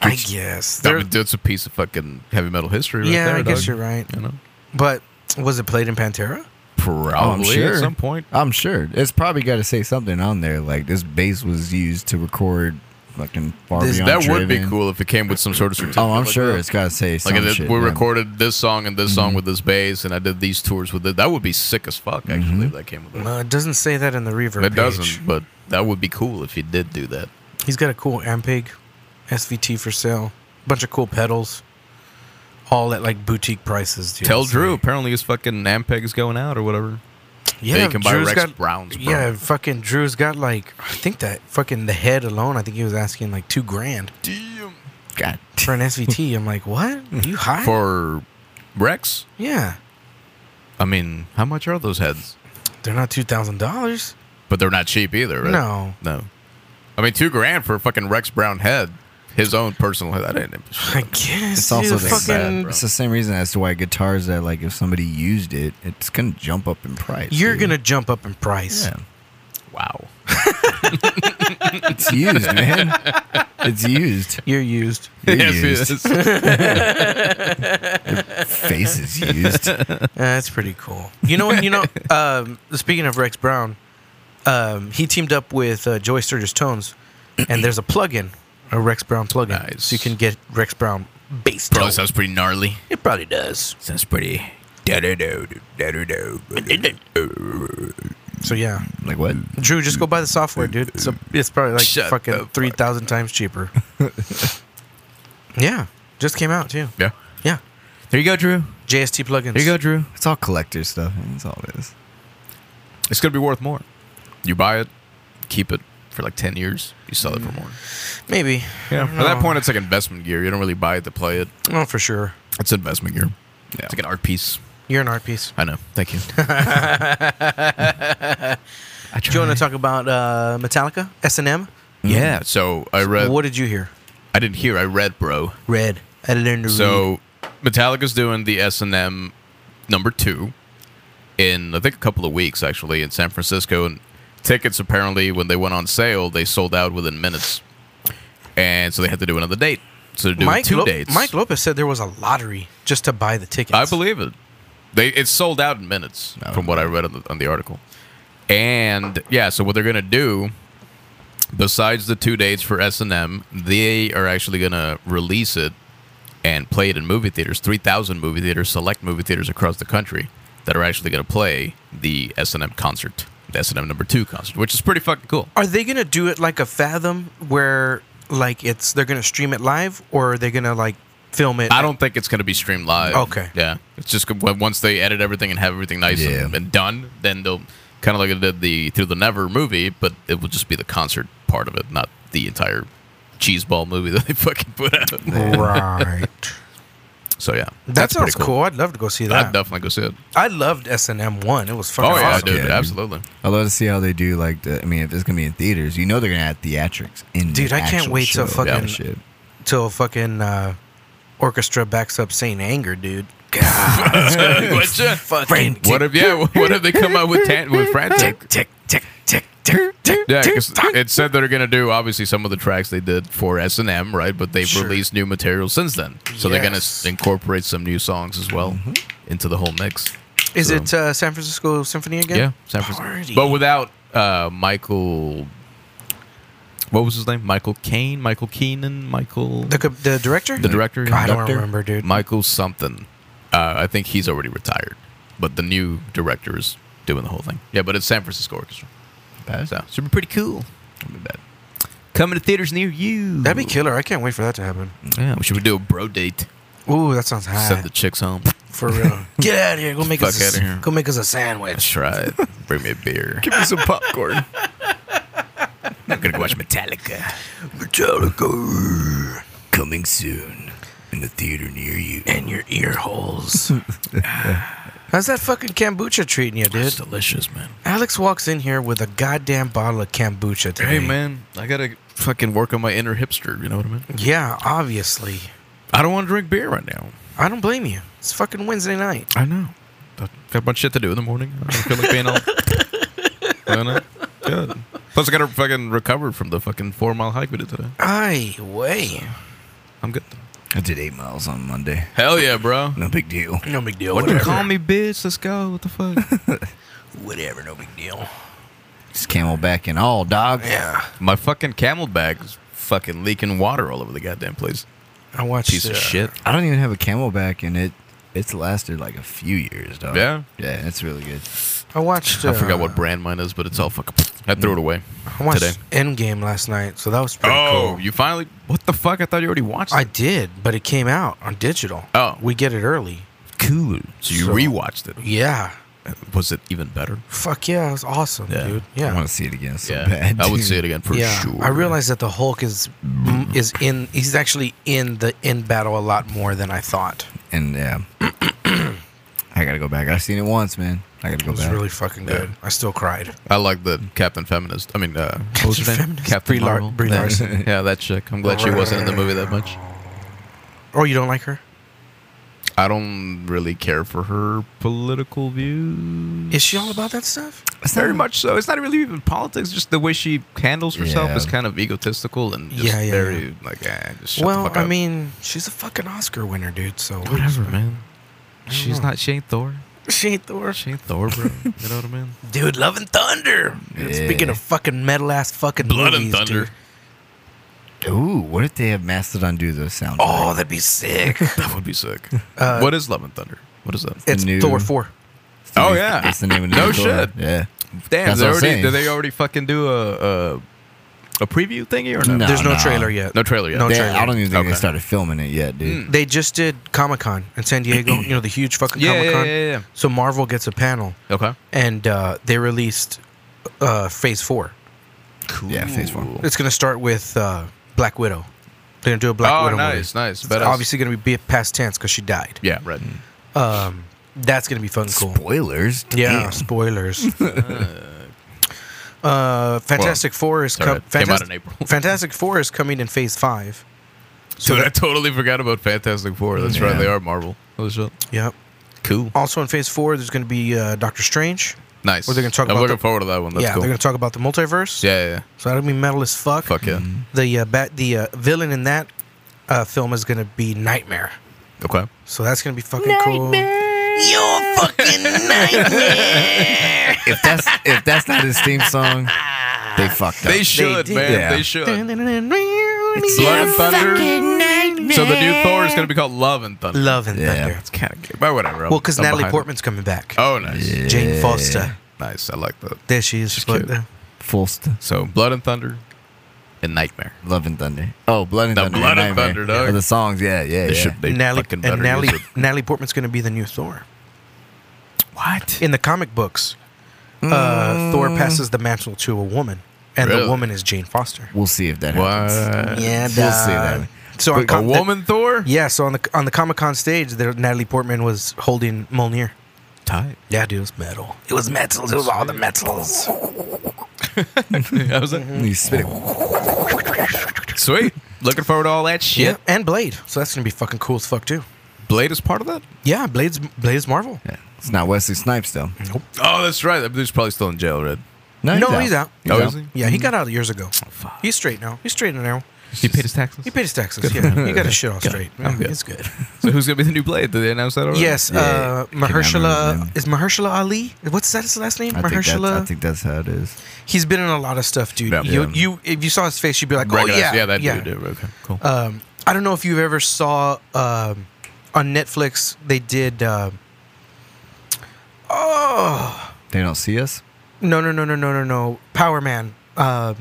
Speaker 2: I guess.
Speaker 4: no. I
Speaker 2: There-
Speaker 4: mean, That's a piece of fucking heavy metal history right
Speaker 2: yeah,
Speaker 4: there,
Speaker 2: I guess
Speaker 4: dog.
Speaker 2: you're right.
Speaker 4: You know?
Speaker 2: But was it played in Pantera?
Speaker 4: Probably
Speaker 3: Oh, I'm sure.
Speaker 4: at some point.
Speaker 3: I'm sure it's probably got to say something on there like this bass was used to record fucking far
Speaker 2: This-
Speaker 3: beyond
Speaker 4: That would be
Speaker 3: Driven.
Speaker 4: cool if it came with some sort of certificate.
Speaker 3: Oh, I'm
Speaker 4: like
Speaker 3: sure
Speaker 4: that.
Speaker 3: it's got to say
Speaker 4: Like
Speaker 3: something.
Speaker 4: if
Speaker 3: shit,
Speaker 4: we
Speaker 3: yeah.
Speaker 4: recorded this song and this song with this bass, and I did these tours with it. That would be sick as fuck. Actually, if that came with it.
Speaker 2: No, Uh, it doesn't say that in the reverb.
Speaker 4: it
Speaker 2: page.
Speaker 4: doesn't, but that would be cool if you did do that.
Speaker 2: He's got a cool Ampeg SVT for sale. Bunch of cool pedals. All at like boutique prices. Dude.
Speaker 4: Tell
Speaker 2: So-
Speaker 4: Drew. Apparently, his fucking Ampeg is going out or whatever.
Speaker 2: Yeah,
Speaker 4: you can buy
Speaker 2: Drew's
Speaker 4: Rex
Speaker 2: got,
Speaker 4: Brown's, bro.
Speaker 2: Yeah, fucking Drew's got like I think that fucking the head alone. I think he was asking like two grand
Speaker 4: Damn.
Speaker 3: God,
Speaker 2: for an SVT. I'm like, what? You high?
Speaker 4: Mm-hmm. For Rex,
Speaker 2: yeah,
Speaker 4: I mean, how much are those heads?
Speaker 2: they're not two thousand dollars.
Speaker 4: But they're not cheap either, right?
Speaker 2: No,
Speaker 4: no. I mean, two grand for a fucking Rex Brown head, his own personal head. That ain't.
Speaker 2: I guess
Speaker 3: it's also
Speaker 2: dude,
Speaker 3: the
Speaker 2: fucking.
Speaker 4: bro.
Speaker 3: It's the same reason as to why guitars that like if somebody used it, it's gonna jump up in price.
Speaker 2: You're
Speaker 3: dude.
Speaker 2: gonna jump up in price.
Speaker 3: yeah.
Speaker 4: Wow.
Speaker 3: It's used, man. It's used.
Speaker 2: You're used.
Speaker 3: You're
Speaker 4: Yes, it
Speaker 3: used.
Speaker 4: is.
Speaker 3: Face is used.
Speaker 2: Uh, that's pretty cool. You know, you know. Um, speaking of Rex Brown, um, he teamed up with uh, Joy Sturgis Tones, and there's a plugin, a Rex Brown plugin,
Speaker 4: Nice.
Speaker 2: so you can get Rex Brown bass
Speaker 4: Probably
Speaker 2: tone.
Speaker 4: sounds pretty gnarly.
Speaker 2: It probably does.
Speaker 4: Sounds pretty.
Speaker 2: So yeah,
Speaker 3: Like what?
Speaker 2: Drew, just go buy the software, dude. It's, a, it's probably like
Speaker 4: Shut the
Speaker 2: fucking
Speaker 4: fuck
Speaker 2: three thousand times cheaper. yeah, just came out too.
Speaker 4: Yeah.
Speaker 2: Yeah,
Speaker 4: There you go, Drew.
Speaker 2: JST plugins.
Speaker 4: Drew.
Speaker 3: It's all collector stuff. man. It's all it is.
Speaker 4: It's gonna be worth more. You buy it, keep it for like ten years. You sell it for more.
Speaker 2: Maybe.
Speaker 4: Yeah. At
Speaker 2: I don't
Speaker 4: that
Speaker 2: know.
Speaker 4: point, it's like investment gear. You don't really buy it to play it.
Speaker 2: Oh, for sure.
Speaker 4: It's investment gear. Yeah. It's like an art piece.
Speaker 2: You're an art piece.
Speaker 4: I know. Thank you. I
Speaker 2: Do you want to talk about uh, Metallica, S and M?
Speaker 3: Mm.
Speaker 4: Yeah. So I read.
Speaker 2: What did you hear?
Speaker 4: I didn't hear. I read, bro.
Speaker 2: Red. I learned to read.
Speaker 4: Mm-hmm. So Metallica's doing the S and M number two, in I think a couple of weeks actually in San Francisco, and tickets apparently when they went on sale they sold out within minutes, and so they had to do another date. So they're doing
Speaker 2: Mike
Speaker 4: two
Speaker 2: Lo-
Speaker 4: dates.
Speaker 2: Mike Lopez said there was a lottery just to buy the tickets.
Speaker 4: I believe it. They it sold out in minutes from what I read on the, on the article. And yeah, so what they're gonna do, besides the two dates for S and M, they are actually gonna release it and play it in movie theaters. Three thousand movie theaters, select movie theaters across the country that are actually gonna play the S and M concert, the S and M number two concert, which is pretty fucking cool.
Speaker 2: Are they gonna do it like a Fathom, where like it's they're gonna stream it live, or are they gonna like film it?
Speaker 4: I don't think it's going to be streamed live.
Speaker 2: Okay.
Speaker 4: Yeah. It's just go- when- once they edit everything and have everything nice
Speaker 3: Yeah.
Speaker 4: and, and done, then they'll kind of like they did the Through the Never movie, but it will just be the concert part of it, not the entire cheeseball movie that they fucking put out.
Speaker 2: Right.
Speaker 4: So yeah,
Speaker 2: that
Speaker 4: That's pretty
Speaker 2: sounds cool. I'd love to go see
Speaker 4: I'd
Speaker 2: that.
Speaker 4: definitely go see it.
Speaker 2: I loved SNM one. It was fucking
Speaker 4: Oh yeah,
Speaker 2: awesome.
Speaker 4: dude,
Speaker 3: dude.
Speaker 4: absolutely.
Speaker 3: I love to see how they do. Like, the, I mean, if it's gonna be in theaters, you know they're gonna add theatrics in. the
Speaker 2: Dude, I can't
Speaker 3: actual
Speaker 2: wait
Speaker 3: show.
Speaker 2: till fucking-
Speaker 3: Yeah, shit.
Speaker 2: Till fucking uh, orchestra backs up Saint Anger, dude. God,
Speaker 4: What's your-
Speaker 2: fucking
Speaker 4: what if yeah? What if they come out with tan- with frantic?
Speaker 2: tick tick tick tick tick.
Speaker 4: Yeah, 'cause it said they're gonna do obviously some of the tracks they did for S and M, right? But they've
Speaker 2: Sure.
Speaker 4: released new material since then, so they're gonna s-
Speaker 2: Yes. Mm-hmm.
Speaker 4: incorporate some new songs as well into the whole mix.
Speaker 2: Is
Speaker 4: So-
Speaker 2: it uh, San Francisco Symphony again?
Speaker 4: Yeah, San Francisco,
Speaker 2: Party.
Speaker 4: but without uh, Michael. What was his name? Michael Caine, Michael Keenan, Michael,
Speaker 2: The, co- the director?
Speaker 4: The director,
Speaker 2: I don't
Speaker 3: conductor?
Speaker 2: remember, dude.
Speaker 4: Michael something. Uh, I think he's already retired, but the new director is doing the whole thing. Yeah, but it's San Francisco Orchestra. So it should be pretty cool. That'd be bad. Coming to theaters near you.
Speaker 2: That'd be killer. I can't wait for that to happen.
Speaker 4: Yeah, we should do a bro date.
Speaker 2: Ooh, that sounds
Speaker 3: Ah.
Speaker 2: hot.
Speaker 4: Send the chicks home.
Speaker 2: For real. Get out of here. Go make
Speaker 4: Fuck
Speaker 2: us a,
Speaker 4: outta here.
Speaker 2: go make us a sandwich.
Speaker 4: Try it. Bring me a beer.
Speaker 3: Give me some popcorn.
Speaker 4: I'm gonna go watch Metallica.
Speaker 3: Metallica coming soon in the theater near you.
Speaker 2: And your ear holes. How's that fucking kombucha treating you, dude?
Speaker 4: It's delicious, man.
Speaker 2: Alex walks in here with a goddamn bottle of kombucha today.
Speaker 4: Hey, man, I gotta fucking work on my inner hipster. You know what I mean?
Speaker 2: Yeah, obviously.
Speaker 4: I don't want to drink beer right now.
Speaker 2: I don't blame you. It's fucking Wednesday night.
Speaker 4: I know. I got a bunch of shit to do in the morning. I don't feel like being all. you know? Good. Plus, I gotta fucking recover from the fucking four mile hike we did today.
Speaker 2: Ay, way.
Speaker 4: I'm good.
Speaker 3: I did eight miles on Monday.
Speaker 4: Hell yeah, bro.
Speaker 3: No big deal.
Speaker 2: No big deal.
Speaker 4: What you call me, bitch? Let's go. What the fuck?
Speaker 2: Whatever, no big deal.
Speaker 3: Just camelback and all, dog.
Speaker 2: Yeah.
Speaker 4: my fucking camel bag is fucking leaking water all over the goddamn place.
Speaker 2: I watched
Speaker 4: Piece
Speaker 2: uh,
Speaker 4: of shit.
Speaker 3: I don't even have a camelback, and it it's lasted like a few years, dog.
Speaker 4: Yeah?
Speaker 3: yeah, it's really good.
Speaker 2: I watched. Uh,
Speaker 4: I forgot what brand mine is, but it's all fucking. I threw it away
Speaker 2: I watched
Speaker 4: today. Oh,
Speaker 2: Endgame last night, so that was pretty cool.
Speaker 4: you finally? What the fuck? I thought you already watched.
Speaker 2: I
Speaker 4: it.
Speaker 2: did, but it came out on digital.
Speaker 4: Oh.
Speaker 2: we get it early.
Speaker 4: cool. So you
Speaker 2: So-
Speaker 4: rewatched it.
Speaker 2: Yeah,
Speaker 4: Was it even better?
Speaker 2: fuck yeah, it was awesome,
Speaker 4: Yeah.
Speaker 2: dude.
Speaker 3: I
Speaker 2: Yeah,
Speaker 3: want to see it again so bad.
Speaker 4: I would
Speaker 3: dude.
Speaker 4: see it again for
Speaker 2: yeah.
Speaker 4: sure. Mm.
Speaker 2: I realized that the Hulk is is in. He's actually in the end battle a lot more than I thought.
Speaker 3: And yeah, I gotta go back. I've seen it once, man. I gotta
Speaker 2: It
Speaker 3: go
Speaker 2: was
Speaker 3: back.
Speaker 2: really fucking good. I still cried.
Speaker 4: I like the Captain Feminist. I mean, uh, what was her
Speaker 2: Captain
Speaker 4: name?
Speaker 2: Feminist?
Speaker 4: Captain
Speaker 2: Brie Lar-
Speaker 4: Marvel.
Speaker 2: Brie
Speaker 4: Yeah.
Speaker 2: Larson.
Speaker 4: yeah, that chick. I'm glad she wasn't in the movie that much.
Speaker 2: Oh, you don't like her?
Speaker 4: I don't really care for her political views.
Speaker 2: Is she all about that stuff?
Speaker 3: It's not
Speaker 4: Very
Speaker 3: even-
Speaker 4: much so. It's not really even politics. Just the way she handles herself
Speaker 3: Yeah.
Speaker 4: is kind of egotistical and just
Speaker 2: Yeah, yeah,
Speaker 4: very like, eh, just shut the
Speaker 2: well,
Speaker 4: fuck
Speaker 2: I
Speaker 4: up.
Speaker 2: mean, she's a fucking Oscar winner, dude. So
Speaker 4: whatever, man. She's
Speaker 2: know.
Speaker 4: not Shane Thor.
Speaker 2: She ain't Thor.
Speaker 4: Shane Thor, bro. you know what I mean?
Speaker 2: Dude, Love and Thunder.
Speaker 3: Yeah.
Speaker 2: Speaking of fucking metal ass fucking
Speaker 4: Blood and
Speaker 2: movies,
Speaker 4: Thunder.
Speaker 2: dude.
Speaker 3: Ooh, what if they have Mastodon do the sound?
Speaker 2: Oh, that'd be sick.
Speaker 4: That would be sick.
Speaker 2: Uh,
Speaker 4: what is Love and Thunder? What is that?
Speaker 2: It's
Speaker 3: New-
Speaker 2: Thor four.
Speaker 3: It's the
Speaker 4: oh,
Speaker 3: name-
Speaker 4: yeah.
Speaker 3: that's the name of the
Speaker 4: No
Speaker 3: new Thor.
Speaker 4: shit.
Speaker 3: Yeah,
Speaker 4: Damn,
Speaker 3: That's
Speaker 4: they
Speaker 3: what I'm
Speaker 4: already,
Speaker 3: saying.
Speaker 4: did they already fucking do a a, a preview thingy or no?
Speaker 3: No.
Speaker 2: There's no
Speaker 3: nah.
Speaker 2: trailer yet.
Speaker 4: No trailer yet.
Speaker 2: No
Speaker 3: They-
Speaker 2: trailer.
Speaker 3: I don't even think they
Speaker 4: Okay. Hmm.
Speaker 3: started filming it yet, dude.
Speaker 2: They just did Comic Con in San Diego. you know the huge fucking
Speaker 4: Yeah,
Speaker 2: Comic
Speaker 4: yeah,
Speaker 2: Con.
Speaker 4: yeah, yeah,
Speaker 2: So Marvel gets a panel,
Speaker 4: yeah. Okay.
Speaker 2: and uh, they released uh, Phase Four.
Speaker 4: Cool.
Speaker 3: Yeah, Phase Four.
Speaker 2: It's gonna start with uh, Black Widow. They're gonna do a Black
Speaker 4: oh,
Speaker 2: Widow
Speaker 4: nice, nice.
Speaker 2: movie. It's
Speaker 4: Badass.
Speaker 2: obviously gonna be past tense because she died.
Speaker 4: Yeah, right.
Speaker 2: Um, that's gonna be fucking cool.
Speaker 3: Spoilers.
Speaker 2: Yeah,
Speaker 3: damn.
Speaker 2: spoilers. uh, Fantastic Four is
Speaker 4: sorry,
Speaker 2: com-
Speaker 4: it came out
Speaker 2: Fantas-
Speaker 4: in April.
Speaker 2: Fantastic Four is coming in Phase Five.
Speaker 4: Dude, I totally forgot about Fantastic Four. That's right.
Speaker 3: Yeah.
Speaker 4: They are Marvel. Holy shit.
Speaker 2: Yep.
Speaker 4: Cool.
Speaker 2: Also in Phase Four, there's going to be uh, Doctor Strange.
Speaker 4: Nice.
Speaker 2: Well, they're gonna talk
Speaker 4: I'm
Speaker 2: about
Speaker 4: looking
Speaker 2: the-
Speaker 4: forward to that one. That's
Speaker 2: yeah,
Speaker 4: cool.
Speaker 2: they're going to talk about the multiverse.
Speaker 4: yeah, yeah, yeah.
Speaker 2: So that'll be metal as fuck.
Speaker 4: Fuck yeah.
Speaker 2: The uh, bat, the uh, villain in that uh, film is going to be Nightmare.
Speaker 4: Okay.
Speaker 2: So that's going to be fucking cool. You're fucking
Speaker 3: If that's if that's not his theme song, they fucked up.
Speaker 4: They should,
Speaker 2: did.
Speaker 4: man.
Speaker 3: Yeah.
Speaker 4: They should. Blood
Speaker 2: nightmare.
Speaker 4: and Thunder. So the new Thor is gonna be called Love and Thunder.
Speaker 2: Love and
Speaker 3: Yeah.
Speaker 2: Thunder.
Speaker 4: kind of but whatever. I'm-
Speaker 2: Well, because
Speaker 4: I'm
Speaker 2: Natalie
Speaker 4: behind it.
Speaker 2: Portman's coming back.
Speaker 4: Oh, nice.
Speaker 2: Jane Foster.
Speaker 4: Nice. I like that.
Speaker 2: There she is.
Speaker 4: She's
Speaker 2: but,
Speaker 4: cute.
Speaker 2: uh,
Speaker 3: Full st-
Speaker 4: So Blood and Thunder, and Nightmare.
Speaker 3: Love and Thunder. Oh, Blood and
Speaker 4: The
Speaker 3: Thunder.
Speaker 4: Blood and
Speaker 3: Nightmare.
Speaker 4: Thunder, dog.
Speaker 3: Are the songs, yeah, yeah,
Speaker 4: They
Speaker 3: yeah.
Speaker 4: should. They
Speaker 2: Natalie,
Speaker 4: fucking better
Speaker 2: and Natalie,
Speaker 4: use
Speaker 2: Natalie Portman's going to be the new Thor.
Speaker 4: it. What?
Speaker 2: In the comic books, uh, Thor passes the mantle to a woman, and
Speaker 4: Mm. Really?
Speaker 2: the woman is Jane Foster.
Speaker 3: We'll see if that happens.
Speaker 4: What?
Speaker 2: Yeah,
Speaker 3: We'll see that.
Speaker 2: So on
Speaker 4: A
Speaker 2: com-
Speaker 4: woman Thor?
Speaker 2: that- yeah, so on the on the Comic Con stage, there, Natalie Portman was holding Mjolnir.
Speaker 4: Tight.
Speaker 2: Yeah, dude, it was metal. It was metals. It was all the metals.
Speaker 4: I was like,
Speaker 3: You spit it.
Speaker 4: Oh. sweet. Looking forward to all that shit.
Speaker 2: Yeah, and Blade. So that's gonna be fucking cool as fuck too.
Speaker 4: Blade is part of that.
Speaker 2: Yeah, Blade's Blade's Marvel.
Speaker 3: Yeah. It's not Wesley Snipes though.
Speaker 4: Oh, that's right. He's probably still in jail, right?
Speaker 2: No, he's out.
Speaker 4: Oh, is he?
Speaker 2: Yeah, he got out years ago. He's straight now. He's straight now.
Speaker 4: He paid his taxes.
Speaker 2: He paid his taxes. Yeah, he got his shit all straight.
Speaker 4: I'm
Speaker 2: Yeah,
Speaker 4: good.
Speaker 2: It's good.
Speaker 4: So who's gonna be the new Blade? Did they announce that already?
Speaker 2: Yes, uh,
Speaker 3: Yeah, cannot remember
Speaker 2: Mahershala
Speaker 3: his
Speaker 2: is Mahershala Ali. What's that his last name?
Speaker 3: I think, that's, I
Speaker 2: Mahershala.
Speaker 3: think that's how it is.
Speaker 2: He's been in a lot of stuff, dude.
Speaker 4: Yeah.
Speaker 2: you,
Speaker 4: Yeah.
Speaker 2: you, if you saw his face, you'd be like, oh
Speaker 4: Recognize-
Speaker 2: yeah,
Speaker 4: yeah, Uh, that dude. yeah, Okay, cool.
Speaker 2: Um, I don't know if you've ever saw um, on Netflix. They did. um oh
Speaker 3: They don't see us?
Speaker 2: no no no no no no no Power Man. Um,
Speaker 4: Power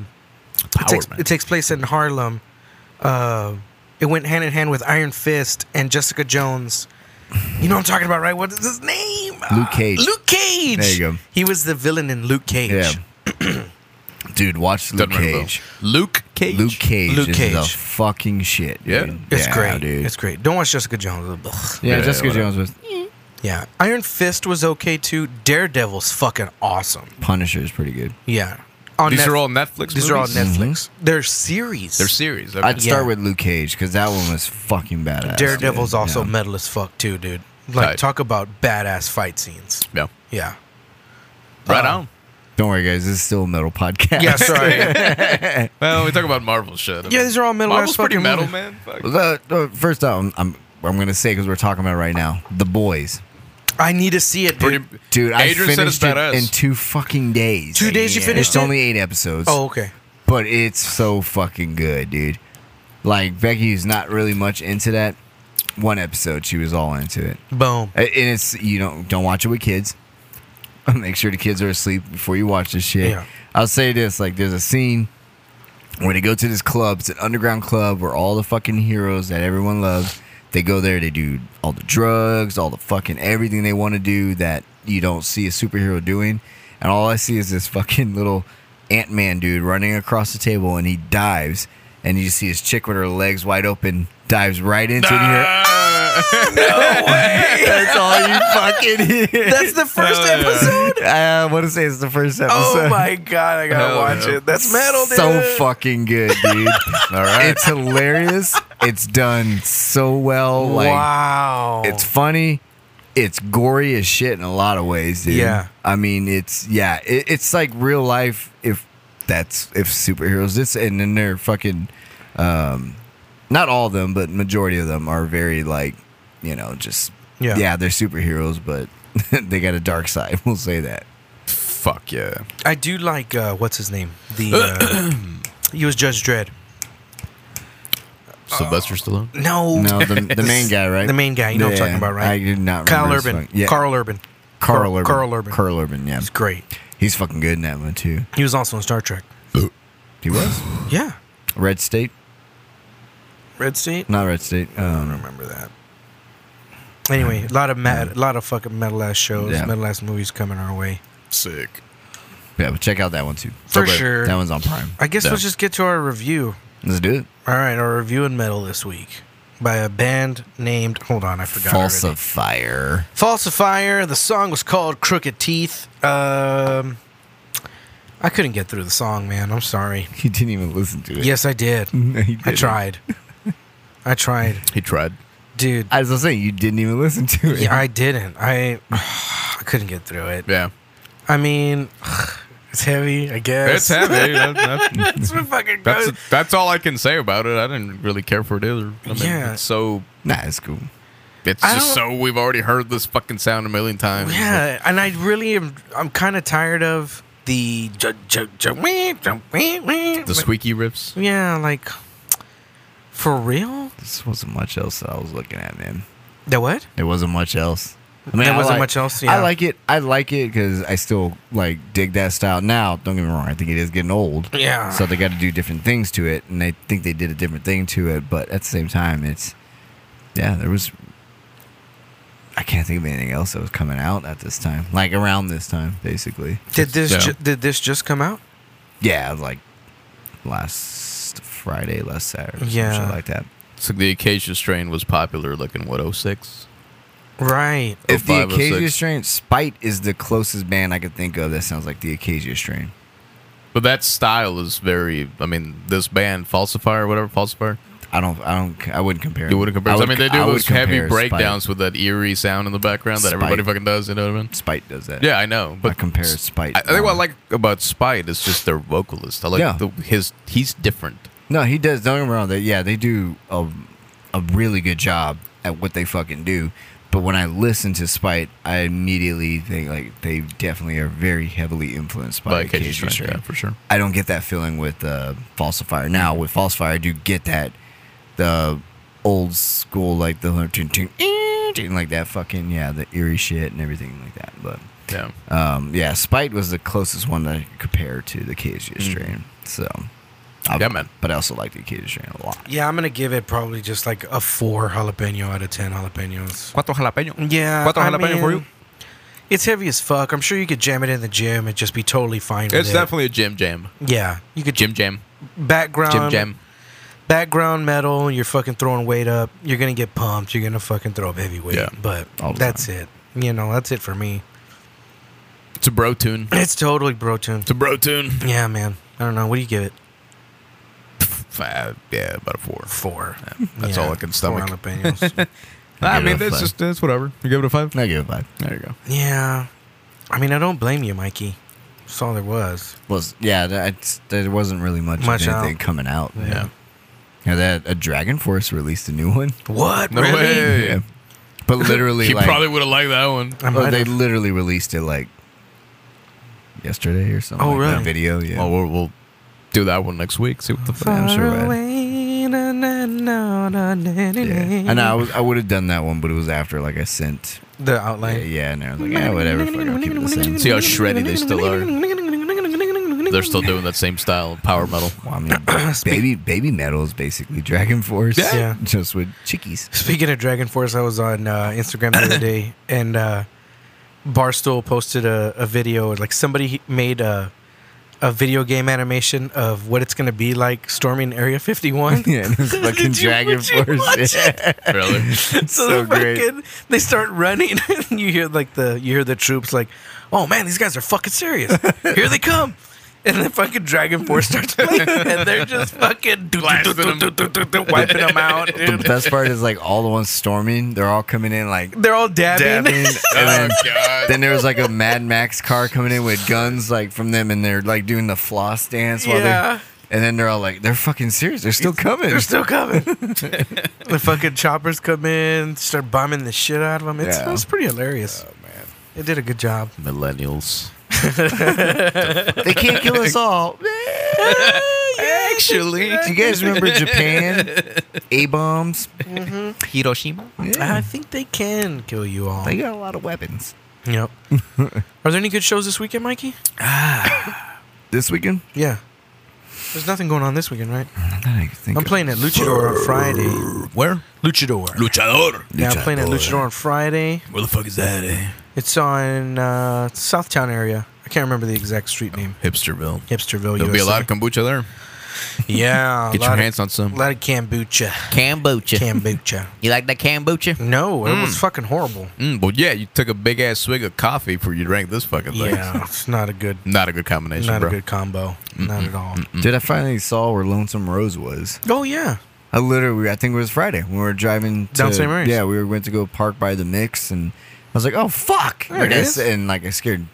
Speaker 2: it takes
Speaker 4: Man.
Speaker 2: it takes place in Harlem. Uh, it went hand in hand with Iron Fist and Jessica Jones. You know what I'm talking about, right? What is his name?
Speaker 3: Luke Cage.
Speaker 2: Ah, Luke Cage.
Speaker 3: There you go.
Speaker 2: He was the villain in Luke Cage.
Speaker 3: Yeah. Dude, watch Luke
Speaker 4: Doesn't ring a bell.
Speaker 3: Cage.
Speaker 4: Luke Cage.
Speaker 3: Luke Cage
Speaker 2: Luke
Speaker 3: is the
Speaker 2: Cage.
Speaker 3: fucking shit.
Speaker 4: Yeah.
Speaker 3: dude.
Speaker 2: It's great.
Speaker 3: dude.
Speaker 2: It's great. Don't watch Jessica Jones. Ugh.
Speaker 3: yeah,
Speaker 4: Yeah,
Speaker 3: Jessica
Speaker 4: whatever.
Speaker 3: Jones was
Speaker 2: Yeah. Iron Fist was okay too. Daredevil's fucking awesome.
Speaker 3: Punisher is pretty good.
Speaker 2: Yeah. On
Speaker 4: These
Speaker 2: Netf-
Speaker 4: are all Netflix.
Speaker 2: These are all
Speaker 4: movies?
Speaker 2: Netflix.
Speaker 3: Mm-hmm.
Speaker 2: They're series.
Speaker 4: They're series. Okay.
Speaker 3: I'd start
Speaker 2: Yeah.
Speaker 3: with Luke Cage because that one was fucking badass.
Speaker 2: Daredevil's
Speaker 3: dude.
Speaker 2: also
Speaker 3: Yeah.
Speaker 2: metal as fuck too, dude. Like
Speaker 4: Tight.
Speaker 2: talk about badass fight scenes.
Speaker 4: yeah.
Speaker 2: Yeah.
Speaker 4: Right
Speaker 2: Uh,
Speaker 4: on.
Speaker 3: Don't worry, guys. This is still a metal podcast.
Speaker 2: Yeah, sorry.
Speaker 4: Well, we talk about Marvel shit. I
Speaker 2: Yeah, these are all
Speaker 4: Marvel's
Speaker 2: middle-ass
Speaker 4: pretty
Speaker 2: fucking
Speaker 4: metal,
Speaker 2: movies.
Speaker 4: man. Fuck.
Speaker 3: The, the- uh, first off, I'm, I'm, I'm going to say because we're talking about it right now The Boys.
Speaker 2: I need to see it, dude.
Speaker 4: Pretty-
Speaker 3: Dude,
Speaker 4: Adrian
Speaker 3: I
Speaker 4: said it's
Speaker 3: finished
Speaker 4: badass.
Speaker 3: it in two fucking days.
Speaker 2: Two days you
Speaker 3: Yeah.
Speaker 2: finished
Speaker 3: It's
Speaker 2: it?
Speaker 3: only eight episodes.
Speaker 2: Oh, okay.
Speaker 3: but it's so fucking good, dude. Like Becky's not really much into that. One episode, she was all into it,
Speaker 2: Boom.
Speaker 3: A- and it's you don't don't watch it with kids. Make sure the kids are asleep before you watch this shit.
Speaker 2: Yeah.
Speaker 3: I'll say this: like, there's a scene where they go to this club. It's an underground club where all the fucking heroes that everyone loves. They go there. They do all the drugs, all the fucking everything they want to do that you don't see a superhero doing. And all I see is this fucking little Ant Man dude running across the table, and he dives. And you see his chick with her legs wide open dives right into it. and you're- That's all you fucking hear.
Speaker 2: That's the first
Speaker 4: Hell yeah.
Speaker 2: episode.
Speaker 3: I want to say it's the first episode.
Speaker 2: Oh my god, I gotta
Speaker 4: Hell
Speaker 2: watch
Speaker 4: yeah.
Speaker 2: it. That's metal, dude.
Speaker 3: So fucking good, dude.
Speaker 4: all right.
Speaker 3: It's hilarious. It's done so well. Like
Speaker 2: wow.
Speaker 3: it's funny. It's gory as shit in a lot of ways, dude.
Speaker 2: Yeah.
Speaker 3: I mean, it's yeah, it, it's like real life if that's if superheroes this and then they're fucking um not all of them, but majority of them are very like, you know, just
Speaker 2: Yeah.
Speaker 3: yeah they're superheroes, but they got a dark side. We'll say that.
Speaker 4: Fuck yeah.
Speaker 2: I do like uh, what's his name? The uh, he was Judge Dredd.
Speaker 4: Sylvester Stallone.
Speaker 2: No,
Speaker 3: No, the, the main guy, right?
Speaker 2: The main guy, you know what I'm talking about, right?
Speaker 3: I did not
Speaker 2: Kyle
Speaker 3: remember his
Speaker 2: Urban.
Speaker 3: fuck- Yeah.
Speaker 2: Carl Urban.
Speaker 3: Carl Urban.
Speaker 2: Carl Urban.
Speaker 3: Carl Urban, yeah.
Speaker 2: He's great.
Speaker 3: He's fucking good in that one, too.
Speaker 2: He was also in Star Trek.
Speaker 3: He was?
Speaker 2: Yeah.
Speaker 3: Red State?
Speaker 2: Red State.
Speaker 3: Not Red State.
Speaker 2: I don't
Speaker 3: Um,
Speaker 2: remember that. Anyway, a lot of mad, a lot of fucking metal ass shows,
Speaker 3: Yeah.
Speaker 2: metal ass movies coming our way
Speaker 4: Sick.
Speaker 3: yeah, but check out that one, too.
Speaker 2: for
Speaker 4: Okay.
Speaker 2: sure.
Speaker 3: That one's on Prime.
Speaker 2: I guess
Speaker 4: Yeah.
Speaker 2: we'll just get to our review.
Speaker 3: Let's do it.
Speaker 2: All right, our review in metal this week by a band named. Hold on, I forgot. already.
Speaker 3: Falsifier.
Speaker 2: Falsifier. The song was called Crooked Teeth. Um, I couldn't get through the song, man. I'm sorry.
Speaker 3: You didn't even listen to it.
Speaker 2: Mm-hmm. Yes, I did.
Speaker 3: No, you
Speaker 2: I
Speaker 3: didn't.
Speaker 2: tried. I tried.
Speaker 4: He tried.
Speaker 2: dude.
Speaker 3: As I was saying, you didn't even listen to it.
Speaker 2: Yeah, I didn't. I, I couldn't get through it.
Speaker 4: Yeah,
Speaker 2: I mean, it's heavy. I guess
Speaker 4: it's heavy. That- that-
Speaker 2: it's what fucking
Speaker 4: that's
Speaker 2: goes.
Speaker 4: that's all I can say about it. I didn't really care for it either. I mean,
Speaker 2: Yeah.
Speaker 4: it's so
Speaker 3: nah, it's cool.
Speaker 4: it's
Speaker 2: I
Speaker 4: just so we've already heard this fucking sound a million times.
Speaker 2: Yeah, and I really am. I'm kind of tired of the ju- ju- ju- wee, ju- wee, wee.
Speaker 4: the squeaky riffs.
Speaker 2: Yeah, like for real.
Speaker 3: This wasn't much else that I was looking at, man.
Speaker 2: The what?
Speaker 3: It wasn't much else. I
Speaker 2: There
Speaker 3: I
Speaker 2: wasn't
Speaker 3: like-
Speaker 2: much else, yeah.
Speaker 3: I like it. I like it because I still like dig that style. Now, don't get me wrong. I think it is getting old.
Speaker 2: Yeah.
Speaker 3: So they got to do different things to it, and I think they did a different thing to it. But at the same time, it's yeah, there was. I can't think of anything else that was coming out at this time, like around this time, basically.
Speaker 2: Did this
Speaker 4: Yeah.
Speaker 2: ju- did this just come out?
Speaker 3: Yeah, like last Friday, last Saturday, yeah,
Speaker 2: Yeah.
Speaker 3: something like that.
Speaker 4: So the Acacia strain was popular like in what 06?
Speaker 2: Right.
Speaker 3: If the
Speaker 4: 05, 06.
Speaker 3: Acacia strain, Spite is the closest band I could think of that sounds like the Acacia strain.
Speaker 4: But that style is very. I mean, this band Falsifier, whatever Falsifier,
Speaker 3: I don't, I don't, I wouldn't compare.
Speaker 4: you wouldn't compare. I,
Speaker 3: would-
Speaker 4: mean, they do
Speaker 3: I would
Speaker 4: those heavy
Speaker 3: compare Spite.
Speaker 4: breakdowns with that eerie sound in the background that everybody
Speaker 3: Spite.
Speaker 4: fucking does. You know what I mean?
Speaker 3: Spite does that.
Speaker 4: Yeah, I know.
Speaker 3: but I
Speaker 4: But
Speaker 3: compare Spite.
Speaker 4: I, I think what I
Speaker 3: more.
Speaker 4: like about Spite is just their vocalist. I like
Speaker 3: Yeah.
Speaker 4: the, his. He's different.
Speaker 3: No, he does. Don't get me wrong. They, yeah, they do a, a really good job at what they fucking do. But when I listen to Spite, I immediately think like they definitely are very heavily influenced by,
Speaker 4: By
Speaker 3: Acacia,
Speaker 4: Acacia strain,
Speaker 3: Strain.
Speaker 4: yeah, for sure.
Speaker 3: I don't get that feeling with uh, Falsifier. Now with Falsifier, I do get that the old school like the like that fucking yeah the eerie shit and everything like that. But
Speaker 4: Yeah.
Speaker 3: um, yeah, Spite was the closest one that I could compare to the Acacia strain. So, I-
Speaker 4: Mm-hmm. Yeah, man.
Speaker 3: But I also like the Acacia strain a lot.
Speaker 2: Yeah, I'm gonna give it probably just like a four jalapeno out of ten jalapenos.
Speaker 4: Cuatro jalapeno.
Speaker 2: Yeah,
Speaker 4: Cuatro
Speaker 2: I
Speaker 4: jalapeno for you?
Speaker 2: It's heavy as fuck. I'm sure you could jam it in the gym and just be totally fine. With
Speaker 4: It's
Speaker 2: it.
Speaker 4: definitely a gym jam.
Speaker 2: yeah. You could
Speaker 4: Gym jam.
Speaker 2: background
Speaker 4: Gym jam.
Speaker 2: background metal. You're fucking throwing weight up. You're gonna get pumped. You're gonna fucking throw up heavy weight.
Speaker 4: Yeah.
Speaker 2: but
Speaker 3: All the
Speaker 2: that's it. You know, that's it for me.
Speaker 4: It's a bro tune.
Speaker 2: It's totally bro tune.
Speaker 4: It's a bro tune.
Speaker 2: Yeah, man. I don't know. What do you give it?
Speaker 4: Five, yeah, about a four.
Speaker 2: Four.
Speaker 4: that's all I can stomach.
Speaker 2: Four jalapenos.
Speaker 4: I
Speaker 3: give it
Speaker 4: mean,
Speaker 3: a
Speaker 4: that's
Speaker 3: five.
Speaker 4: just that's whatever. You give it a five.
Speaker 3: I give it five.
Speaker 4: There you go.
Speaker 2: yeah, I mean, I don't blame you, Mikey. That's all there was.
Speaker 3: Was yeah, that, it's- there wasn't really much, of
Speaker 2: Much
Speaker 3: anything
Speaker 2: out.
Speaker 3: coming out. man.
Speaker 4: Yeah.
Speaker 3: Yeah, that a Dragon Force released a new one,
Speaker 2: What?
Speaker 4: No
Speaker 2: really?
Speaker 4: way.
Speaker 3: Yeah. but literally
Speaker 4: he
Speaker 3: like
Speaker 4: probably would have liked that one.
Speaker 2: I
Speaker 3: oh,
Speaker 2: might
Speaker 3: they
Speaker 2: have-
Speaker 3: literally released it like yesterday or something.
Speaker 2: Oh,
Speaker 3: like that
Speaker 2: really?
Speaker 3: video, yeah.
Speaker 4: Well, we'll, we'll do that one next week. See what the fuck.
Speaker 3: I'm sure
Speaker 2: Far
Speaker 3: I-
Speaker 2: away, na, na, na, na, na, na,
Speaker 3: yeah.
Speaker 2: na.
Speaker 3: And I was I would have done that one, but it was after like I sent
Speaker 2: the
Speaker 3: yeah,
Speaker 2: outline.
Speaker 3: yeah, and I was like, yeah, whatever, fuck, I'll keep it the same.
Speaker 4: See how shreddy they still
Speaker 2: are.
Speaker 4: They're still doing that same style of power metal.
Speaker 3: Well, I mean, baby, baby metal is basically Dragon Force.
Speaker 2: Yeah. Yeah.
Speaker 3: Just with chickies.
Speaker 2: Speaking of Dragon Force, I was on uh, Instagram the other day, and uh, Barstool posted a, a video. Like somebody made a a video game animation of what it's gonna be like storming Area 51.
Speaker 3: Yeah, and it's fucking
Speaker 2: Did you-
Speaker 3: Dragon
Speaker 2: would you
Speaker 3: Force.
Speaker 2: watch
Speaker 3: Yeah.
Speaker 4: Really?
Speaker 2: so
Speaker 3: so
Speaker 2: the fucking,
Speaker 3: great.
Speaker 2: They start running, and you hear like the you hear the troops like, "Oh man, these guys are fucking serious. Here they come!" And then fucking Dragon Force starts playing, and they're just fucking do- do- do- do- do- do- do- do- wiping them out.
Speaker 3: The
Speaker 2: dude.
Speaker 3: best part is like all the ones storming, they're all coming in like
Speaker 2: They're all dabbing.
Speaker 3: dabbing. and then,
Speaker 4: Oh, God.
Speaker 3: then there was like a Mad Max car coming in with guns like from them, and they're like doing the floss dance while
Speaker 2: Yeah.
Speaker 3: they're. And then they're all like, they're fucking serious. They're still coming.
Speaker 2: They're still coming. the fucking choppers come in, start bombing the shit out of them. It's,
Speaker 3: Yeah.
Speaker 2: it's pretty hilarious. Oh man, it did a good job.
Speaker 4: Millennials.
Speaker 3: they can't kill us all.
Speaker 4: Actually,
Speaker 3: Do you guys remember Japan? A bombs.
Speaker 4: Hiroshima.
Speaker 2: I think they can kill you all.
Speaker 3: They got a lot of weapons.
Speaker 2: Yep. Are there any good shows this weekend, Mikey?
Speaker 3: This weekend?
Speaker 2: Yeah. There's nothing going on this weekend, right?
Speaker 3: Not that I can think
Speaker 2: I'm
Speaker 3: of.
Speaker 2: playing at Luchador on Friday.
Speaker 4: Where?
Speaker 2: Luchador.
Speaker 4: Luchador.
Speaker 2: Yeah, I'm playing at Luchador on Friday.
Speaker 4: Where the fuck is that? Eh?
Speaker 2: It's on uh, Southtown area. I can't remember the exact street name.
Speaker 4: Hipsterville.
Speaker 2: Hipsterville.
Speaker 4: There'll be a
Speaker 2: USA.
Speaker 4: lot of kombucha there.
Speaker 2: Yeah. a
Speaker 4: Get your
Speaker 2: lot of-
Speaker 4: hands on
Speaker 2: A
Speaker 4: some.
Speaker 2: lot of kombucha.
Speaker 5: Kombucha.
Speaker 2: Kombucha.
Speaker 5: you like that kombucha?
Speaker 2: No,
Speaker 4: Hmm.
Speaker 2: it was fucking horrible.
Speaker 4: Mm, but yeah, you took a big ass swig of coffee before you drank this fucking thing.
Speaker 2: Yeah, it's not a good,
Speaker 4: Not a good combination,
Speaker 2: not
Speaker 4: bro.
Speaker 2: a good combo. Not at all.
Speaker 3: Dude, I finally saw where Lonesome Rose was.
Speaker 2: Oh yeah,
Speaker 3: I literally, I think it was Friday when we were driving to,
Speaker 2: Down St. Mary's.
Speaker 3: Yeah, we were went to go park by the mix, and I was like, "Oh fuck!"
Speaker 2: There
Speaker 3: Like
Speaker 2: it
Speaker 3: I
Speaker 2: is.
Speaker 3: said- and like I scared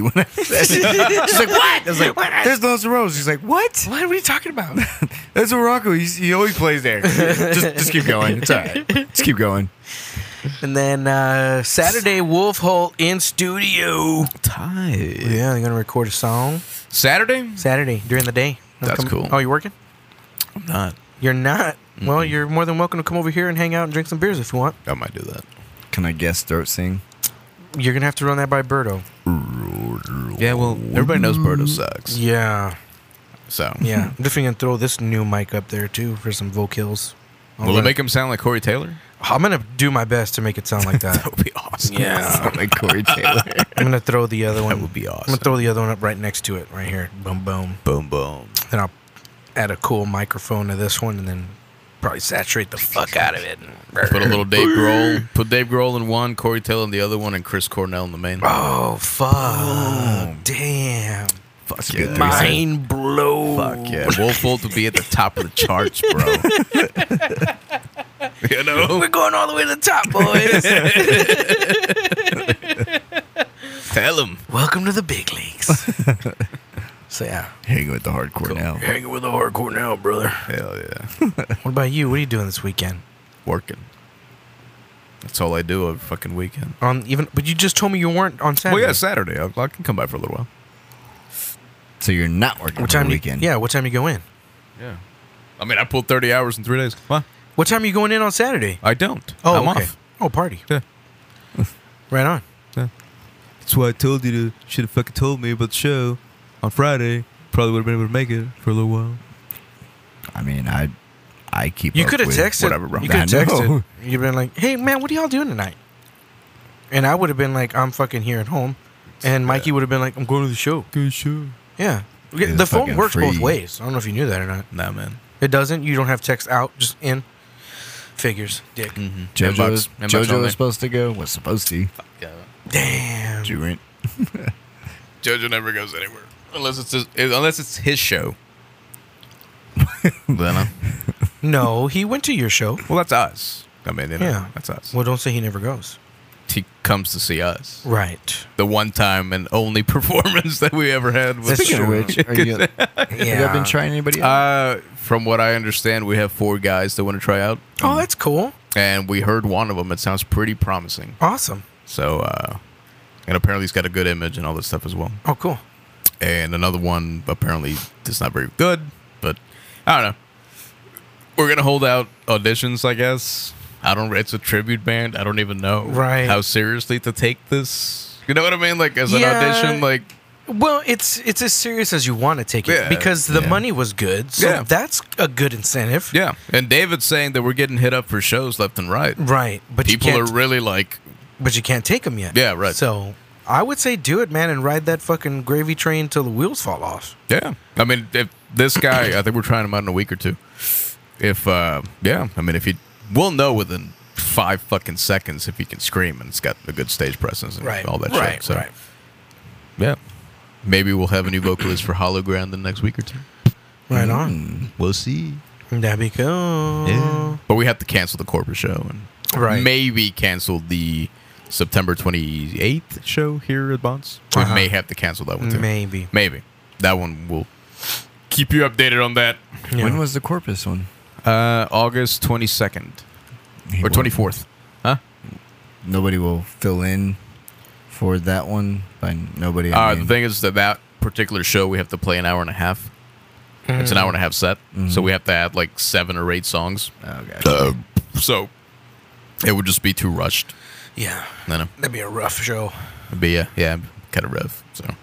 Speaker 3: when I said it. She's like, "What?" I was like, "There's no Rose." She's like, "What?"
Speaker 2: What are we talking about?
Speaker 3: That's Morocco. He's, he always plays there. just, just keep going. It's all right. Just keep going.
Speaker 2: and then uh, Saturday, Wolf Holt in studio.
Speaker 4: Tight.
Speaker 2: Yeah, they're gonna record a song
Speaker 4: Saturday?
Speaker 2: Saturday during the day. I'll
Speaker 4: That's
Speaker 2: come-
Speaker 4: cool.
Speaker 2: Oh, you're working?
Speaker 4: I'm not.
Speaker 2: You're not. Well, you're more than welcome to come over here and hang out and drink some beers if you want.
Speaker 4: I might do that.
Speaker 3: Can I guess throat sing?
Speaker 2: You're gonna have to run that by Birdo.
Speaker 4: Yeah, well, everybody knows
Speaker 5: Mm.
Speaker 4: Birdo sucks.
Speaker 2: Yeah,
Speaker 4: So,
Speaker 2: yeah. I'm definitely gonna throw this new mic up there too for some vocals. I'm
Speaker 4: will it
Speaker 2: gonna-
Speaker 4: make him sound like Corey Taylor?
Speaker 2: I'm gonna do my best to make it sound like that.
Speaker 4: would be awesome.
Speaker 2: yeah,
Speaker 3: Sound like Oh, Corey Taylor.
Speaker 2: I'm gonna throw the other one.
Speaker 4: That would be
Speaker 2: I'm
Speaker 4: awesome.
Speaker 2: gonna throw the other one up right next to it, right here. Boom, boom.
Speaker 4: Boom, boom.
Speaker 2: Then I'll add a cool microphone to this one, and then probably saturate the fuck out of it.
Speaker 4: Put a little Dave Grohl. Put Dave Grohl in one, Corey Taylor in the other one, and Chris Cornell in the main.
Speaker 2: Oh fuck! Damn!
Speaker 4: fuck
Speaker 3: yeah.
Speaker 4: yeah.
Speaker 2: Mind blown.
Speaker 4: Fuck yeah. Wolf Bolt would be at the top of the charts, bro. you know?
Speaker 2: We're going all the way to the top, boys.
Speaker 4: Tell him.
Speaker 2: Welcome to the big leagues. so yeah,
Speaker 3: Hang with the hardcore now.
Speaker 2: hanging with the hardcore now, brother.
Speaker 4: Hell yeah.
Speaker 2: What about you? What are you doing this weekend?
Speaker 4: Working. That's all I do every fucking weekend.
Speaker 2: On even, but you just told me you weren't on Saturday.
Speaker 4: Well, yeah, Saturday. I, I can come by for a little while.
Speaker 3: So you're not working
Speaker 2: What time?
Speaker 3: on the
Speaker 2: you-
Speaker 3: weekend?
Speaker 2: yeah. What time you go in?
Speaker 4: Yeah. I mean, I pulled 30 hours in three days. What?
Speaker 2: What time are you going in on Saturday?
Speaker 4: I don't.
Speaker 2: Oh,
Speaker 4: I'm
Speaker 2: okay.
Speaker 4: off.
Speaker 2: Oh, party.
Speaker 4: Yeah.
Speaker 2: Right on.
Speaker 5: That's why I told you to should have fucking told me about the show on Friday. Probably would have been able to make it for a little while.
Speaker 3: I mean, I I keep.
Speaker 2: You
Speaker 3: up
Speaker 2: could have
Speaker 3: with
Speaker 2: texted.
Speaker 3: Whatever, bro.
Speaker 2: You could have
Speaker 3: I know.
Speaker 2: texted. You've been like, "Hey, man, what are y'all doing tonight?" And I would have been like, "I'm fucking here at home," and Mikey would have been like, "I'm going to the show."
Speaker 5: Good show.
Speaker 2: Yeah.
Speaker 3: Yeah,
Speaker 2: the
Speaker 3: it's
Speaker 2: phone
Speaker 3: fucking
Speaker 2: works both
Speaker 3: free.
Speaker 2: ways. I don't know if you knew that or not.
Speaker 4: Nah, man.
Speaker 2: It doesn't. You don't have text out, just in. Figures, dick.
Speaker 4: Mm-hmm.
Speaker 3: JoJo, was- JoJo was supposed to go. Was supposed to.
Speaker 2: Damn.
Speaker 3: You went.
Speaker 4: JoJo never goes anywhere unless it's his, unless it's his show. then I,
Speaker 2: No, he went to your show.
Speaker 4: well, that's us. I mean, you know,
Speaker 2: Yeah.
Speaker 4: that's us.
Speaker 2: Well, don't say he never goes.
Speaker 4: He comes to see us.
Speaker 2: Right.
Speaker 4: The one time and only performance that we ever had was
Speaker 2: That's
Speaker 3: Speaking of
Speaker 2: true.
Speaker 3: which, are you, have you
Speaker 2: Yeah.
Speaker 3: been trying anybody? Else?
Speaker 4: Uh, from what I understand, we have four guys that want to try out,
Speaker 2: oh, that's cool.
Speaker 4: and we heard one of them. It sounds pretty promising.
Speaker 2: Awesome.
Speaker 4: So, uh, and apparently he's got a good image and all this stuff as well.
Speaker 2: Oh, cool.
Speaker 4: and another one apparently is not very good. But I don't know. We're gonna hold out auditions, I guess. I don't. It's a tribute band. I don't even know
Speaker 2: Right.
Speaker 4: how seriously to take this. You know what I mean? Like as
Speaker 2: Yeah.
Speaker 4: an audition, like
Speaker 2: Well, it's it's as serious as you want to take it
Speaker 4: Yeah.
Speaker 2: because the
Speaker 3: Yeah.
Speaker 2: money was good. So
Speaker 4: Yeah.
Speaker 2: that's a good incentive.
Speaker 4: yeah. And David's saying that we're getting hit up for shows left and right.
Speaker 2: Right. But
Speaker 4: People
Speaker 2: you
Speaker 4: are
Speaker 2: can't
Speaker 4: really like,
Speaker 2: but you can't take them yet.
Speaker 4: Yeah, right.
Speaker 2: So I would say do it, man, and ride that fucking gravy train till the wheels fall off.
Speaker 4: yeah. I mean, if this guy, I think we're trying him out in a week or two. If uh, yeah, I mean, if he, we'll know within five fucking seconds if he can scream and it's got a good stage presence and all that
Speaker 2: right,
Speaker 4: shit. So.
Speaker 2: right.
Speaker 4: Yeah. Maybe we'll have a new vocalist for Hollow Ground the next week or two.
Speaker 2: Right on.
Speaker 4: We'll see.
Speaker 2: That'd be cool.
Speaker 4: But we have to cancel the corporate show and
Speaker 2: Uh. Right.
Speaker 4: maybe cancel the September 28th show here at Bonds.
Speaker 2: Uh-huh.
Speaker 4: We may have to cancel that one too.
Speaker 2: Maybe.
Speaker 4: Maybe. That one will keep you updated on that.
Speaker 2: Uh, Yeah.
Speaker 3: When was the Corpus one?
Speaker 4: Uh, August 22nd
Speaker 3: He
Speaker 4: or
Speaker 3: won't-
Speaker 4: 24th. Huh?
Speaker 3: Nobody will fill in for that one. By nobody. I
Speaker 4: Uh, the
Speaker 3: mean.
Speaker 4: thing is that that particular show we have to play an hour and a half. It's
Speaker 2: Mm.
Speaker 4: an hour and a half set. So we have to add like seven or eight songs.
Speaker 3: Oh, gosh.
Speaker 4: So it would just be too rushed.
Speaker 2: Yeah.
Speaker 4: I know.
Speaker 2: That'd be a rough show.
Speaker 4: It'd be, uh, yeah, kind of rough. So,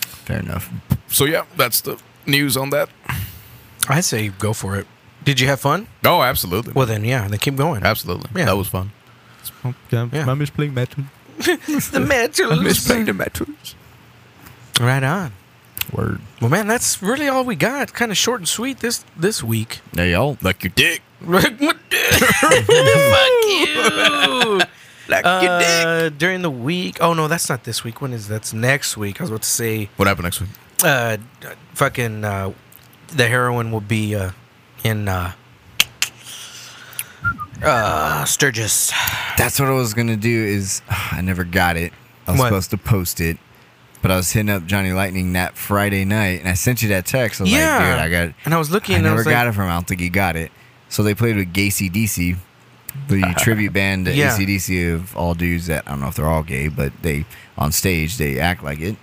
Speaker 3: Fair enough.
Speaker 4: so yeah, that's the news on that.
Speaker 2: I say go for it. Did you have fun?
Speaker 4: Oh, absolutely.
Speaker 2: Well then, yeah. Then keep going.
Speaker 4: absolutely.
Speaker 2: Yeah.
Speaker 4: That was fun.
Speaker 5: Yeah,
Speaker 2: Yeah.
Speaker 5: I'm just playing Metroid.
Speaker 2: the Metros.
Speaker 4: the Metros.
Speaker 2: Right on.
Speaker 3: Word.
Speaker 2: Well, man, that's really all we got. Kind of short and sweet this this week.
Speaker 3: There y'all.
Speaker 4: Like your dick.
Speaker 2: Like my dick. Fuck you.
Speaker 4: Like your dick.
Speaker 2: Uh, during the week. Oh no, that's not this week. When is that's next week? I was about to say,
Speaker 4: What happened next week?
Speaker 2: uh, fucking uh, the heroin will be uh, in uh, Uh, Sturgis.
Speaker 3: That's what I was gonna do. Is I never got it. I was
Speaker 2: What?
Speaker 3: supposed to post it, but I was hitting up Johnny Lightning that Friday night, and I sent you that text. I was
Speaker 2: yeah,
Speaker 3: like, dude, I got.
Speaker 2: And I was looking.
Speaker 3: I
Speaker 2: and
Speaker 3: never
Speaker 2: I was
Speaker 3: got
Speaker 2: like,
Speaker 3: it from. him. I don't think he got it. So they played with Gacy DC, the tribute band to
Speaker 2: Yeah.
Speaker 3: ACDC of all dudes that I don't know if they're all gay, but they on stage they act like it.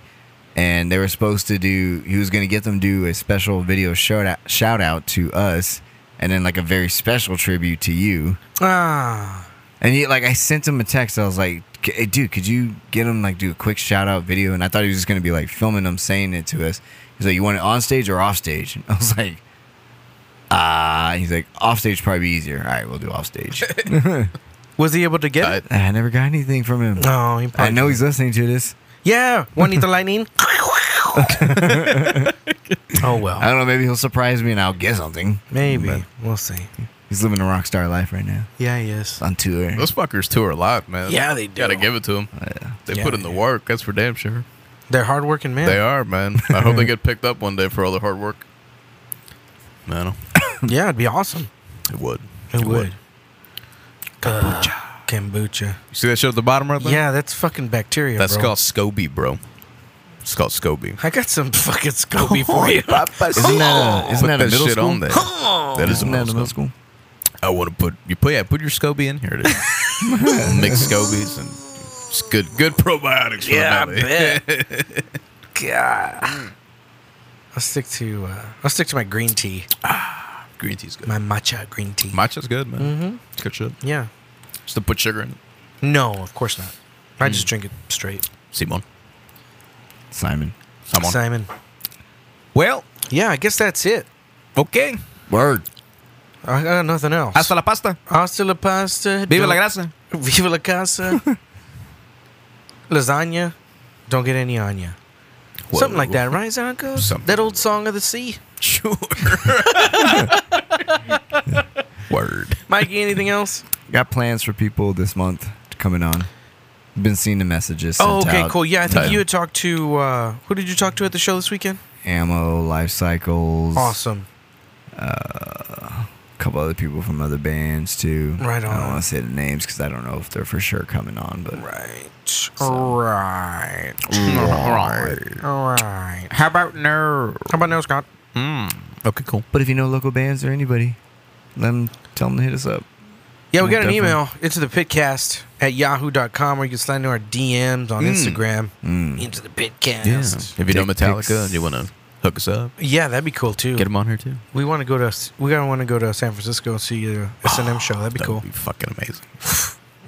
Speaker 3: And they were supposed to do. He was going to get them to do a special video shout out, shout out to us, and then like a very special tribute to you.
Speaker 2: Ah,
Speaker 3: And he like I sent him a text. I was like, "C- hey, dude, could you get him like do a quick shout out video? And I thought he was just gonna be like filming him saying it to us. He's like, you want it on stage or off stage? And I was like, ah. He's like, off stage probably be easier. All right, we'll do off stage.
Speaker 2: was he able to get
Speaker 4: Uh,
Speaker 2: it?
Speaker 3: I never got anything from him.
Speaker 2: No, he probably
Speaker 3: I know he's listening to this.
Speaker 2: Yeah, Juanita Lightning. oh
Speaker 3: I Mm-hmm.
Speaker 2: well,
Speaker 3: don't know. Maybe he'll surprise me and I'll get something.
Speaker 2: maybe
Speaker 3: But
Speaker 2: we'll see.
Speaker 3: he's living a rock star life right now.
Speaker 2: Yeah, yes.
Speaker 3: On tour. Oh,
Speaker 4: Those fuckers tour a lot, man.
Speaker 2: Yeah, they do.
Speaker 4: Gotta give it to them. They
Speaker 2: Yeah,
Speaker 4: put in the
Speaker 2: they
Speaker 4: work. That's for damn sure.
Speaker 2: They're hardworking men.
Speaker 4: They are, man. I hope they get picked up one day for all their hard work. Man,
Speaker 2: Yeah, it'd be awesome.
Speaker 4: it would.
Speaker 2: It would. Kombucha. kombucha.
Speaker 4: You see that shit at the bottom right there?
Speaker 2: Yeah, that's fucking bacteria.
Speaker 4: That's
Speaker 2: bro.
Speaker 4: called SCOBY, bro. It's called SCOBY.
Speaker 2: I got some fucking Scobie for you.
Speaker 3: Isn't that a, isn't
Speaker 4: Put
Speaker 3: that a middle
Speaker 4: shit
Speaker 3: school?
Speaker 4: on there. That is a
Speaker 3: Isn't that a
Speaker 4: middle
Speaker 3: middle
Speaker 4: school.
Speaker 3: school?
Speaker 4: I want to put you put yeah put your SCOBY in here. It is. Mix SCOBYs and it's good good probiotics. For
Speaker 2: Yeah,
Speaker 4: the
Speaker 2: I
Speaker 4: belly.
Speaker 2: bet. God. I'll stick to uh, I'll stick to my green tea,
Speaker 4: Green tea's good.
Speaker 2: my matcha green tea.
Speaker 4: Matcha's good, man. It's good shit.
Speaker 2: yeah.
Speaker 4: Just to put sugar in it.
Speaker 2: No, of course not. I just drink it straight.
Speaker 4: Simon.
Speaker 3: Simon.
Speaker 4: Simon.
Speaker 2: Simon.
Speaker 4: Well,
Speaker 2: Yeah, I guess that's it.
Speaker 4: okay.
Speaker 3: Word.
Speaker 2: I got nothing else.
Speaker 4: Hasta la pasta.
Speaker 2: Hasta la pasta.
Speaker 4: Viva la
Speaker 2: Don't-
Speaker 4: grasa.
Speaker 2: Viva la casa. Lasagna. Don't get any on ya.
Speaker 4: Whoa.
Speaker 2: Something like that, right? Is that, how it goes?
Speaker 4: Something.
Speaker 2: that old song of the sea.
Speaker 4: Sure. Word.
Speaker 2: Mikey, anything else?
Speaker 3: Got plans for people this month coming on. Been seeing the messages.
Speaker 2: Oh,
Speaker 3: sent
Speaker 2: okay,
Speaker 3: out.
Speaker 2: cool. Yeah, I think
Speaker 4: Tight.
Speaker 2: you had talked to uh, who did you talk to at the show this weekend?
Speaker 3: Ammo, Life Cycles.
Speaker 2: Awesome.
Speaker 3: A couple other people from other bands too.
Speaker 2: Right
Speaker 3: I don't
Speaker 2: on.
Speaker 3: want to say the names because I don't know if they're for sure coming on. But
Speaker 2: Right. Right. All right.
Speaker 4: How about no?
Speaker 2: How about now, Scott?
Speaker 4: Okay, cool.
Speaker 3: but if you know local bands or anybody, let them tell them to hit us up.
Speaker 2: Yeah, we
Speaker 3: Yeah,
Speaker 2: got an
Speaker 3: definitely.
Speaker 2: email. It's the pitcast at yahoo.com or you can slide into our DMs on Instagram.
Speaker 3: Hmm. Mm.
Speaker 2: Into the pitcast.
Speaker 4: If you know
Speaker 3: Dick pics.
Speaker 4: Metallica and you want to hook us up,
Speaker 2: Yeah. that'd be cool too.
Speaker 4: get them on here too.
Speaker 2: We want to go to we gotta want to go to San Francisco and see the S and M show. That'd be
Speaker 4: Ah, That'd
Speaker 2: cool.
Speaker 4: be fucking amazing.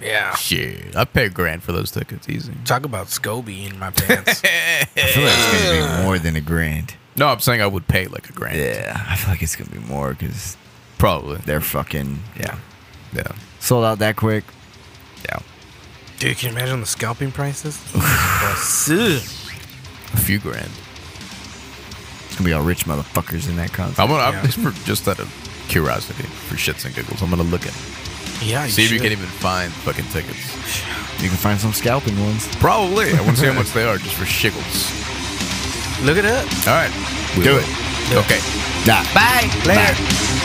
Speaker 2: yeah.
Speaker 4: Shit. I'd pay a grand for those tickets. Easy.
Speaker 2: Talk about Scobie in my pants.
Speaker 3: I feel like it's gonna be more than a grand.
Speaker 4: No, I'm saying I would pay like a grand.
Speaker 3: Yeah, I feel like it's gonna be more because
Speaker 4: Probably.
Speaker 3: they're fucking yeah
Speaker 4: Yeah.
Speaker 3: sold out that quick.
Speaker 4: Yeah.
Speaker 2: Dude, can you imagine the scalping prices?
Speaker 4: A few grand.
Speaker 3: It's gonna be all rich motherfuckers in that concert.
Speaker 4: I'm gonna I'm
Speaker 2: Yeah.
Speaker 4: just for just out of curiosity, for shits and giggles, I'm gonna look at
Speaker 2: yeah.
Speaker 4: see if you
Speaker 2: should.
Speaker 4: can even find fucking tickets.
Speaker 3: You can find some scalping ones.
Speaker 4: Probably. I want to see how much they are just for shiggles.
Speaker 2: Look it up.
Speaker 4: All right.
Speaker 3: Do it.
Speaker 4: Okay.
Speaker 3: Nah. Bye. Later.